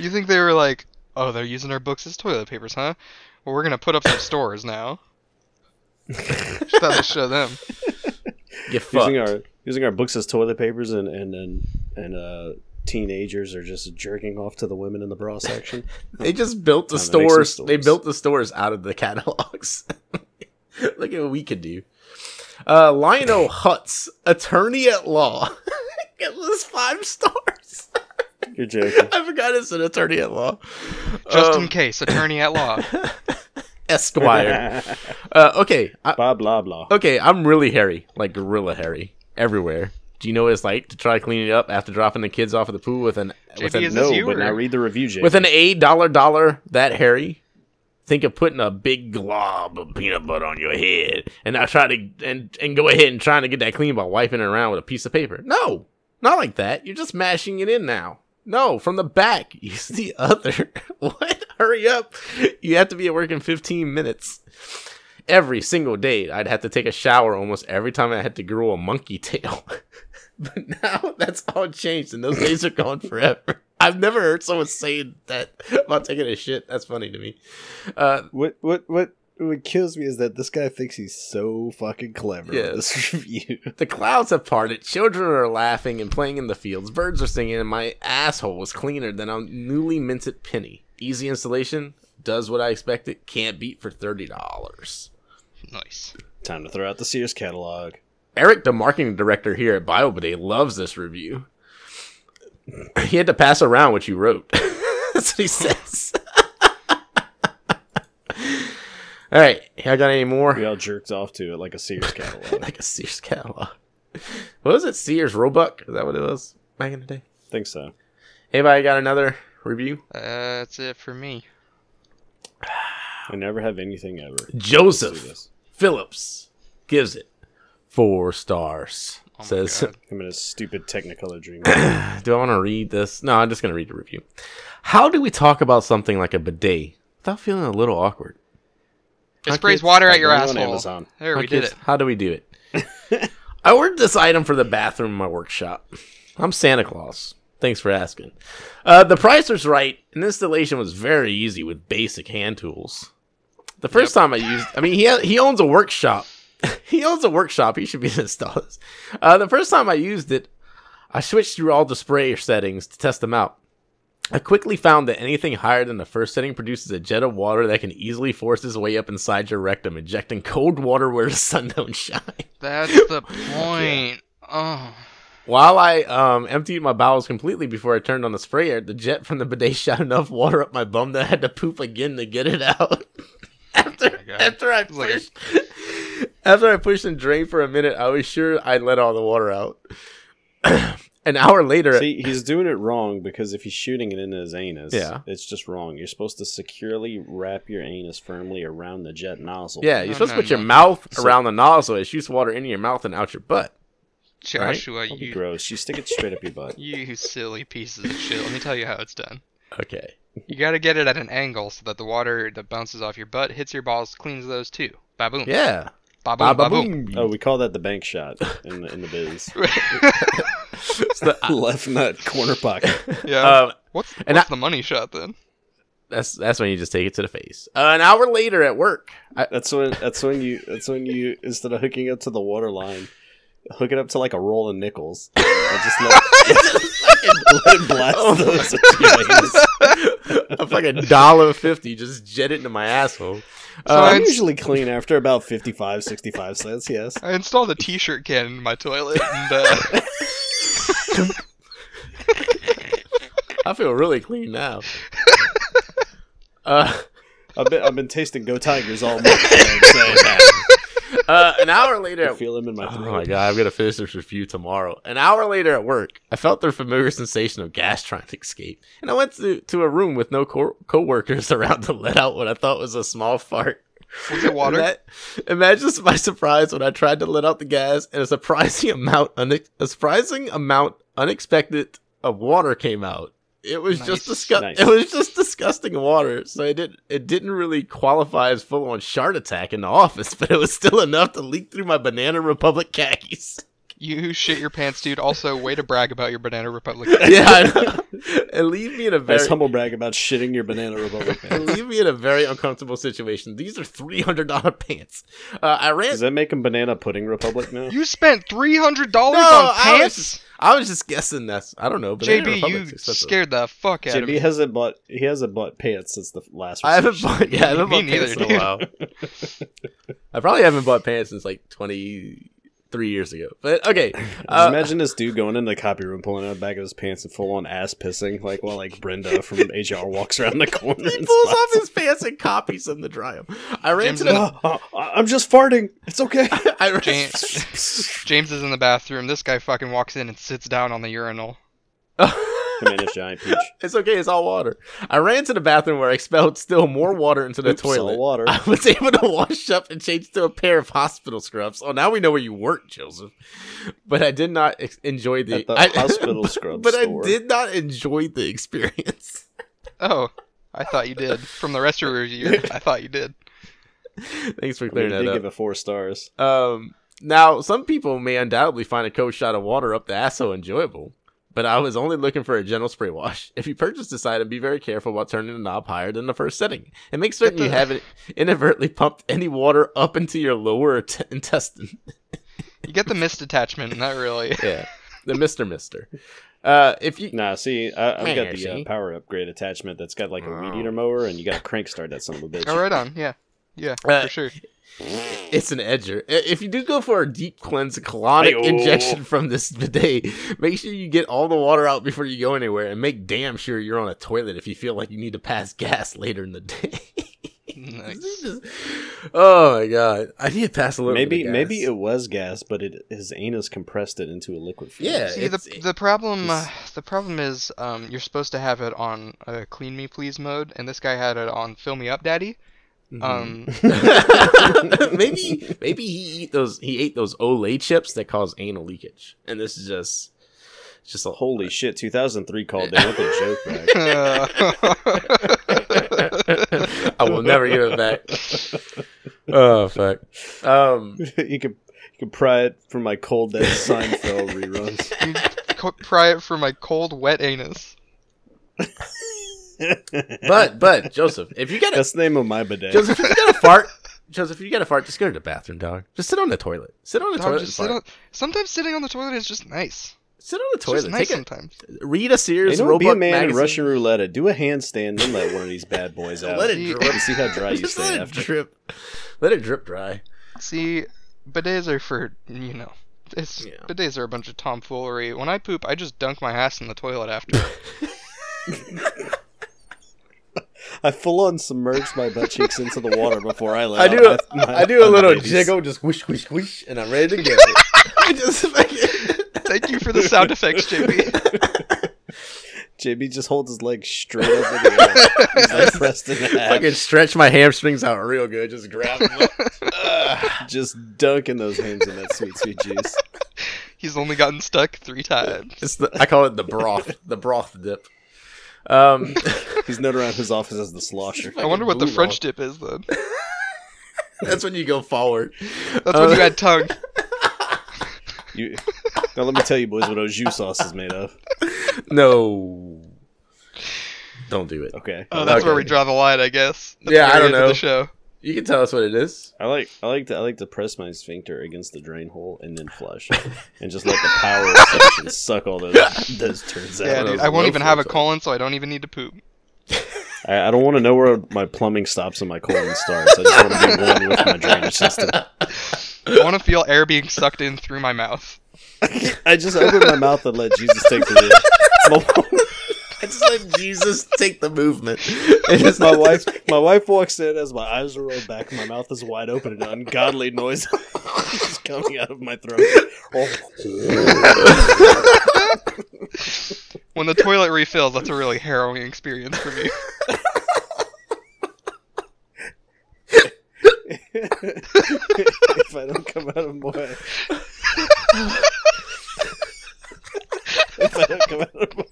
[SPEAKER 1] You think they were like, oh, they're using our books as toilet papers, huh? Well, we're gonna put up some stores now. Just thought I'd show them.
[SPEAKER 2] Get fucked.
[SPEAKER 3] using our using our books as toilet papers and and and, and uh, teenagers are just jerking off to the women in the bra section.
[SPEAKER 2] They just built the
[SPEAKER 3] Time to make some
[SPEAKER 2] stores. They
[SPEAKER 3] stores.
[SPEAKER 2] built the stores out of the catalogs. Look at what we could do. Uh, Lionel Hutz, attorney at law, gives us five stars.
[SPEAKER 3] You're joking.
[SPEAKER 2] I forgot it's an attorney at law.
[SPEAKER 1] Just
[SPEAKER 2] Um,
[SPEAKER 1] in case, attorney at law.
[SPEAKER 2] Esquire. uh, okay, I,
[SPEAKER 3] blah blah blah.
[SPEAKER 1] Oh,
[SPEAKER 2] okay. I'm really hairy, like gorilla hairy, everywhere. Do you know what it's like to try cleaning up after dropping the kids off of the pool with an with
[SPEAKER 1] JB,
[SPEAKER 2] an
[SPEAKER 1] is this
[SPEAKER 3] No,
[SPEAKER 1] you
[SPEAKER 3] but
[SPEAKER 1] or-
[SPEAKER 3] now read the review, Jake.
[SPEAKER 2] with an eight dollar dollar that hairy think of putting a big glob of peanut butter on your head and i try to and and go ahead and trying to get that clean by wiping it around with a piece of paper no not like that you're just mashing it in now no from the back use the other what hurry up you have to be at work in 15 minutes every single day i'd have to take a shower almost every time i had to grow a monkey tail but now that's all changed and those days are gone forever I've never heard someone say that about taking a shit. That's funny to me. Uh,
[SPEAKER 3] What what what what kills me is that this guy thinks he's so fucking clever.
[SPEAKER 2] Yeah.
[SPEAKER 3] Yeah. This review.
[SPEAKER 2] the clouds have parted. Children are laughing and playing in the fields. Birds are singing, and my asshole was cleaner than a newly minted penny. Easy installation. Does what I expected. Can't beat for thirty dollars.
[SPEAKER 1] Nice.
[SPEAKER 3] Time to throw out the Sears catalog.
[SPEAKER 2] Eric, the marketing director here at BioBidet, loves this review. He had to pass around what you wrote. That's what he says. All right, y'all got any more?
[SPEAKER 3] We all jerked off to it like a Sears catalog. I
[SPEAKER 2] Like a Sears catalog. What was it? Sears Roebuck? Is that what it was back in the day?
[SPEAKER 3] think so.
[SPEAKER 2] Anybody got another review?
[SPEAKER 1] Uh, that's it for me.
[SPEAKER 3] I never have anything ever. Do
[SPEAKER 2] Joseph
[SPEAKER 3] this.
[SPEAKER 2] Phillips gives it four stars.
[SPEAKER 1] Oh my
[SPEAKER 2] says,
[SPEAKER 1] God.
[SPEAKER 3] I'm in a stupid Technicolor dream.
[SPEAKER 2] Do I want to read this? No, I'm just going to read the review. How do we talk about something like a bidet without feeling a little awkward?
[SPEAKER 1] It
[SPEAKER 2] Hi,
[SPEAKER 1] sprays
[SPEAKER 2] kids.
[SPEAKER 1] water
[SPEAKER 3] Like,
[SPEAKER 1] at your
[SPEAKER 3] I'm on
[SPEAKER 1] asshole.
[SPEAKER 3] Amazon.
[SPEAKER 1] There,
[SPEAKER 2] How
[SPEAKER 1] we did
[SPEAKER 2] does-
[SPEAKER 1] it.
[SPEAKER 2] How do we do it? I ordered this item for the bathroom in my workshop. I'm Santa Claus. Thanks for asking. Uh, the price was right, and the installation was very easy with basic hand tools. The first time I used, I mean, he ha- he owns a workshop. he owns a workshop. He should be installed. Uh, the first time I used it, I switched through all the sprayer settings to test them out. I quickly found that anything higher than the first setting produces a jet of water that can easily force its way up inside your rectum, ejecting cold water where the sun don't shine.
[SPEAKER 1] That's the point. Oh,
[SPEAKER 2] While I um, emptied my bowels completely before I turned on the sprayer, the jet from the bidet shot enough water up my bum that I had to poop again to get it out. after,
[SPEAKER 1] God.
[SPEAKER 2] after I
[SPEAKER 1] It's like a-
[SPEAKER 2] pushed, after I pushed and drained for a minute, I was sure I let all the water out. An hour later,
[SPEAKER 3] See, he's doing it wrong because if he's shooting it into his anus,
[SPEAKER 2] Yeah.
[SPEAKER 3] it's just wrong. You're supposed to securely wrap your anus firmly around the jet nozzle.
[SPEAKER 2] yeah, you're
[SPEAKER 1] No,
[SPEAKER 2] supposed
[SPEAKER 1] no,
[SPEAKER 2] to put your
[SPEAKER 1] no.
[SPEAKER 2] mouth
[SPEAKER 3] So-
[SPEAKER 2] around the nozzle. It shoots water into your mouth and out your butt.
[SPEAKER 1] Joshua,
[SPEAKER 3] Don't be
[SPEAKER 1] you
[SPEAKER 3] gross. You stick it straight up your butt.
[SPEAKER 1] you silly pieces of shit. Let me tell you how it's done.
[SPEAKER 2] Okay.
[SPEAKER 1] You gotta get it at an angle so that the water that bounces off your butt hits your balls, cleans those too. Ba boom.
[SPEAKER 2] Yeah.
[SPEAKER 1] Ba boom. Ba boom.
[SPEAKER 2] Ba-ba-boom.
[SPEAKER 3] Oh, we call that the bank shot in the in the biz.
[SPEAKER 2] It's the-
[SPEAKER 3] Left nut corner pocket.
[SPEAKER 1] Yeah.
[SPEAKER 2] um,
[SPEAKER 1] what's
[SPEAKER 2] and
[SPEAKER 1] what's
[SPEAKER 2] I-
[SPEAKER 1] the money shot then?
[SPEAKER 2] that's that's when you just take it to the face. Uh, an hour later at work, I,
[SPEAKER 3] That's when that's when you that's when you instead of hooking up to the water line, hook it up to like a roll of nickels. And just let, let it blast those into your anus.
[SPEAKER 2] a fucking dollar fifty just jet it into my asshole.
[SPEAKER 1] So
[SPEAKER 2] Uh,
[SPEAKER 3] I'm
[SPEAKER 1] it's-
[SPEAKER 3] usually clean after about 55, 65 cents, yes.
[SPEAKER 1] I installed a t-shirt can in my toilet and uh,
[SPEAKER 2] I feel really clean now. Uh,
[SPEAKER 3] I've been, I've been tasting Go Tigers all month. so I'm saying that.
[SPEAKER 2] uh, an hour later
[SPEAKER 3] I
[SPEAKER 2] at
[SPEAKER 3] feel them in my
[SPEAKER 2] Oh
[SPEAKER 3] throat.
[SPEAKER 2] my god, I'm gonna finish this review tomorrow. An hour later at work, I felt the familiar sensation of gas trying to escape, and I went to, to a room with no co- coworkers around to let out what I thought was a small fart.
[SPEAKER 1] was it water?
[SPEAKER 2] Ima- imagine my surprise when I tried to let out the gas, and a surprising amount, une- a surprising amount, unexpected of water came out. It was just
[SPEAKER 1] Nice,
[SPEAKER 2] disgusting.
[SPEAKER 3] nice.
[SPEAKER 2] It was just disgusting water. So it didn't. It didn't really qualify as full on shard attack in the office, but it was still enough to leak through my Banana Republic khakis.
[SPEAKER 1] You shit your pants, dude. Also, way to brag about your Banana Republic.
[SPEAKER 2] yeah, I know. and leave me in a very
[SPEAKER 3] Nice humble brag about shitting your banana republic
[SPEAKER 2] and
[SPEAKER 3] pants.
[SPEAKER 2] leave me in a very uncomfortable situation. These are three hundred dollar pants. Uh, I ran.
[SPEAKER 3] Does that make him banana pudding republic now?
[SPEAKER 1] You spent three hundred dollars
[SPEAKER 2] No,
[SPEAKER 1] on
[SPEAKER 2] I was
[SPEAKER 1] pants.
[SPEAKER 2] just- I was just guessing. That's I don't know. Banana
[SPEAKER 1] JB, you
[SPEAKER 2] Republic's expensive.
[SPEAKER 1] scared the fuck out of
[SPEAKER 3] JB
[SPEAKER 1] me.
[SPEAKER 3] hasn't bought he hasn't bought pants since the last.
[SPEAKER 2] I haven't bought.
[SPEAKER 3] recession.
[SPEAKER 2] Yeah, I haven't
[SPEAKER 1] Me
[SPEAKER 2] bought pants
[SPEAKER 1] neither,
[SPEAKER 2] in a while. I probably haven't bought pants since like twenty three years ago. But okay,
[SPEAKER 3] Just
[SPEAKER 2] uh,
[SPEAKER 3] imagine this dude going into the copy room, pulling out the back of his pants and full on ass pissing, like while like Brenda from HR walks around the corner.
[SPEAKER 2] he
[SPEAKER 3] and
[SPEAKER 2] pulls
[SPEAKER 3] spots
[SPEAKER 2] off his pants and copies them to dry them. I ran
[SPEAKER 1] Jim's
[SPEAKER 2] to
[SPEAKER 3] him.
[SPEAKER 2] the.
[SPEAKER 3] "Oh, oh, I'm just farting. It's okay.
[SPEAKER 2] I ran,
[SPEAKER 1] James, James is in the bathroom. This guy fucking walks in and sits down on the urinal.
[SPEAKER 3] Come in, it's giant peach.
[SPEAKER 2] it's okay. It's all water. I ran to the bathroom where I expelled still more water into the
[SPEAKER 3] Oops, all
[SPEAKER 2] toilet.
[SPEAKER 3] water.
[SPEAKER 2] I was able to wash up and change to a pair of hospital scrubs. Oh, now we know where you work, Joseph. But I did not ex- enjoy the,
[SPEAKER 3] At the
[SPEAKER 2] I-
[SPEAKER 3] hospital scrub
[SPEAKER 2] But
[SPEAKER 3] store.
[SPEAKER 2] I did not enjoy the experience.
[SPEAKER 1] Oh, I thought you did. From the rest of your review, I thought you did.
[SPEAKER 2] Thanks for
[SPEAKER 3] I mean,
[SPEAKER 2] clearing
[SPEAKER 3] he did
[SPEAKER 2] that
[SPEAKER 3] give
[SPEAKER 2] up.
[SPEAKER 3] it four stars.
[SPEAKER 2] um, now, some people may undoubtedly find a cold shot of water up the asshole enjoyable, but I was only looking for a gentle spray wash. If you purchase this item, be very careful about turning the knob higher than the first setting, and make certain you haven't inadvertently pumped any water up into your lower t- intestine.
[SPEAKER 1] You get the mist attachment, not really.
[SPEAKER 2] Yeah, the Mister Mister. Uh, if you
[SPEAKER 3] Nah, see, I, I've got the
[SPEAKER 2] Mercy.
[SPEAKER 3] uh, power upgrade attachment that's got like a weed eater mower, and you got to crank start that son of a bitch.
[SPEAKER 1] Oh, right on. Yeah, yeah,
[SPEAKER 2] Uh,
[SPEAKER 1] for sure.
[SPEAKER 2] It's an edger. I- If you do go for a deep cleanse colonic
[SPEAKER 3] Ayo.
[SPEAKER 2] injection from this bidet, make sure you get all the water out before you go anywhere and make damn sure you're on a toilet if you feel like you need to pass gas later in the day. This is
[SPEAKER 1] Nice.
[SPEAKER 2] just- oh my god. I need to pass a little
[SPEAKER 3] Maybe
[SPEAKER 2] bit of gas.
[SPEAKER 3] maybe it was gas, but it his anus compressed it into a liquid. form.
[SPEAKER 2] Yeah.
[SPEAKER 1] See the
[SPEAKER 2] it's- eh,
[SPEAKER 1] the problem uh,
[SPEAKER 2] it's-
[SPEAKER 1] the problem is um you're supposed to have it on uh, clean me please mode, and this guy had it on fill me up daddy. Um,
[SPEAKER 2] maybe maybe he eat those he ate those Olay chips that cause anal leakage. And this is just it's just a whole
[SPEAKER 3] Holy shit! 2003 called it. What a joke! Back.
[SPEAKER 1] Um,
[SPEAKER 2] I will never give it back. Oh fuck. Um
[SPEAKER 3] you could you could pry it from my cold dead Seinfeld reruns.
[SPEAKER 1] co- pry it for my cold wet anus.
[SPEAKER 2] But but Joseph, if you got a
[SPEAKER 3] That's the name of my bidet.
[SPEAKER 2] Joseph, if you got a fart, Joseph, if you got a fart, just go to the bathroom, dog. Just sit on the toilet. Sit on the
[SPEAKER 1] Dog,
[SPEAKER 2] toilet.
[SPEAKER 1] just
[SPEAKER 2] and
[SPEAKER 1] sit
[SPEAKER 2] fart.
[SPEAKER 1] on, sometimes sitting on the toilet is just nice.
[SPEAKER 2] Sit on the
[SPEAKER 1] It's just
[SPEAKER 2] toilet.
[SPEAKER 1] nice
[SPEAKER 2] Take
[SPEAKER 1] sometimes.
[SPEAKER 2] a, read a
[SPEAKER 3] Hey,
[SPEAKER 2] series.
[SPEAKER 3] don't be a
[SPEAKER 2] Roebuck
[SPEAKER 3] man
[SPEAKER 2] magazine.
[SPEAKER 3] in Russian roulette. Do a handstand, then let one of these bad boys out.
[SPEAKER 2] Let it
[SPEAKER 1] See-
[SPEAKER 2] drip.
[SPEAKER 3] You see how dry you
[SPEAKER 2] Just
[SPEAKER 3] stay
[SPEAKER 2] let it
[SPEAKER 3] after.
[SPEAKER 2] drip. Let it drip dry.
[SPEAKER 1] See, bidets are for you know. It's
[SPEAKER 2] Yeah.
[SPEAKER 1] bidets are a bunch of tomfoolery. When I poop, I just dunk my ass in the toilet after.
[SPEAKER 3] I full on submerge my butt cheeks into the water before I let
[SPEAKER 2] I
[SPEAKER 3] out
[SPEAKER 2] do. A,
[SPEAKER 3] my- my-
[SPEAKER 2] I do a
[SPEAKER 3] my
[SPEAKER 2] little
[SPEAKER 3] babies.
[SPEAKER 2] jiggle, just whoosh, whoosh, whoosh, and I'm ready to get it. I just fucking-
[SPEAKER 1] Thank you for the sound effects, JB.
[SPEAKER 3] JB just holds his leg straight up in the air. He's like pressed in half,
[SPEAKER 2] fucking stretch my hamstrings out real good. Just grab them. Up.
[SPEAKER 3] just dunking those hands in that sweet, sweet juice.
[SPEAKER 1] He's only gotten stuck three times.
[SPEAKER 2] It's the, I call it the broth. The broth dip. Um.
[SPEAKER 3] He's known around his office as the slosher.
[SPEAKER 1] I wonder what the
[SPEAKER 2] blue
[SPEAKER 1] French
[SPEAKER 2] rock.
[SPEAKER 1] dip is then.
[SPEAKER 2] That's when you go forward.
[SPEAKER 1] That's when you add tongue.
[SPEAKER 3] You, now let me tell you, boys, what our jus sauce is made of.
[SPEAKER 2] No. Don't do it.
[SPEAKER 3] Okay,
[SPEAKER 1] Uh, that's where we
[SPEAKER 2] Okay.
[SPEAKER 1] draw the line, I guess. At the
[SPEAKER 2] Yeah, I
[SPEAKER 1] very
[SPEAKER 2] don't
[SPEAKER 1] end of
[SPEAKER 2] know.
[SPEAKER 1] The show.
[SPEAKER 2] You can tell us what it is.
[SPEAKER 3] I like I like to I like to press my sphincter against the drain hole and then flush, and just let the power of suction suck all those those turds
[SPEAKER 1] Yeah,
[SPEAKER 2] one
[SPEAKER 3] out.
[SPEAKER 2] of
[SPEAKER 1] dude.
[SPEAKER 2] those
[SPEAKER 1] I won't
[SPEAKER 2] low
[SPEAKER 1] even have a
[SPEAKER 2] floats, I-
[SPEAKER 1] colon, so I don't even need to poop.
[SPEAKER 3] I, I don't want to know where my plumbing stops and my colon starts. I just want to be one with my drainage system.
[SPEAKER 1] I want to feel air being sucked in through my mouth.
[SPEAKER 3] I just open my mouth and let Jesus take the lead.
[SPEAKER 2] It's like Jesus take the movement.
[SPEAKER 3] My, my wife, my wife walks in as my eyes are rolled back, my mouth is wide open, and an ungodly noise is coming out of my throat. Oh,
[SPEAKER 1] When the toilet refills, that's a really harrowing experience for me.
[SPEAKER 3] if I don't come out of my if I don't come out of my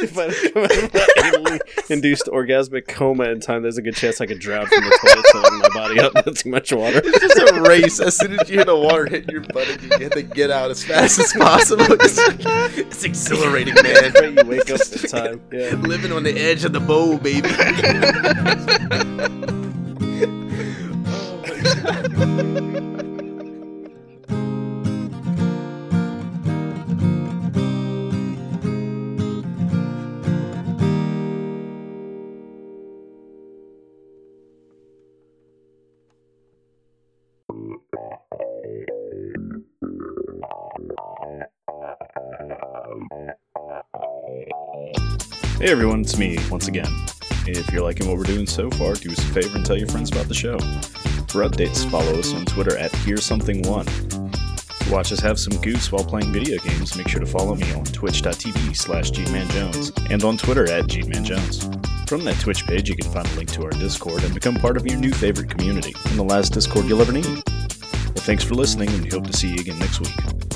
[SPEAKER 3] if I don't come out of my induced orgasmic coma in time, there's a good chance I could drown from the toilet filling my body up with too much water.
[SPEAKER 2] It's just a race. As soon as you hear the water hit your butt, you have to get out as fast as possible. It's, it's exhilarating, man.
[SPEAKER 3] Pray you wake up in time. Yeah.
[SPEAKER 2] Living on the edge of the bowl, baby.
[SPEAKER 4] Hey everyone, it's me once again. If you're liking what we're doing so far, do us a favor and tell your friends about the show. For updates, follow us on Twitter at HearSomething1. To watch us have some goofs while playing video games, make sure to follow me on twitch.tv slash gmanjones and on Twitter at gmanjones. From that Twitch page, you can find a link to our Discord and become part of your new favorite community and the last Discord you'll ever need. Well, thanks for listening, and we hope to see you again next week.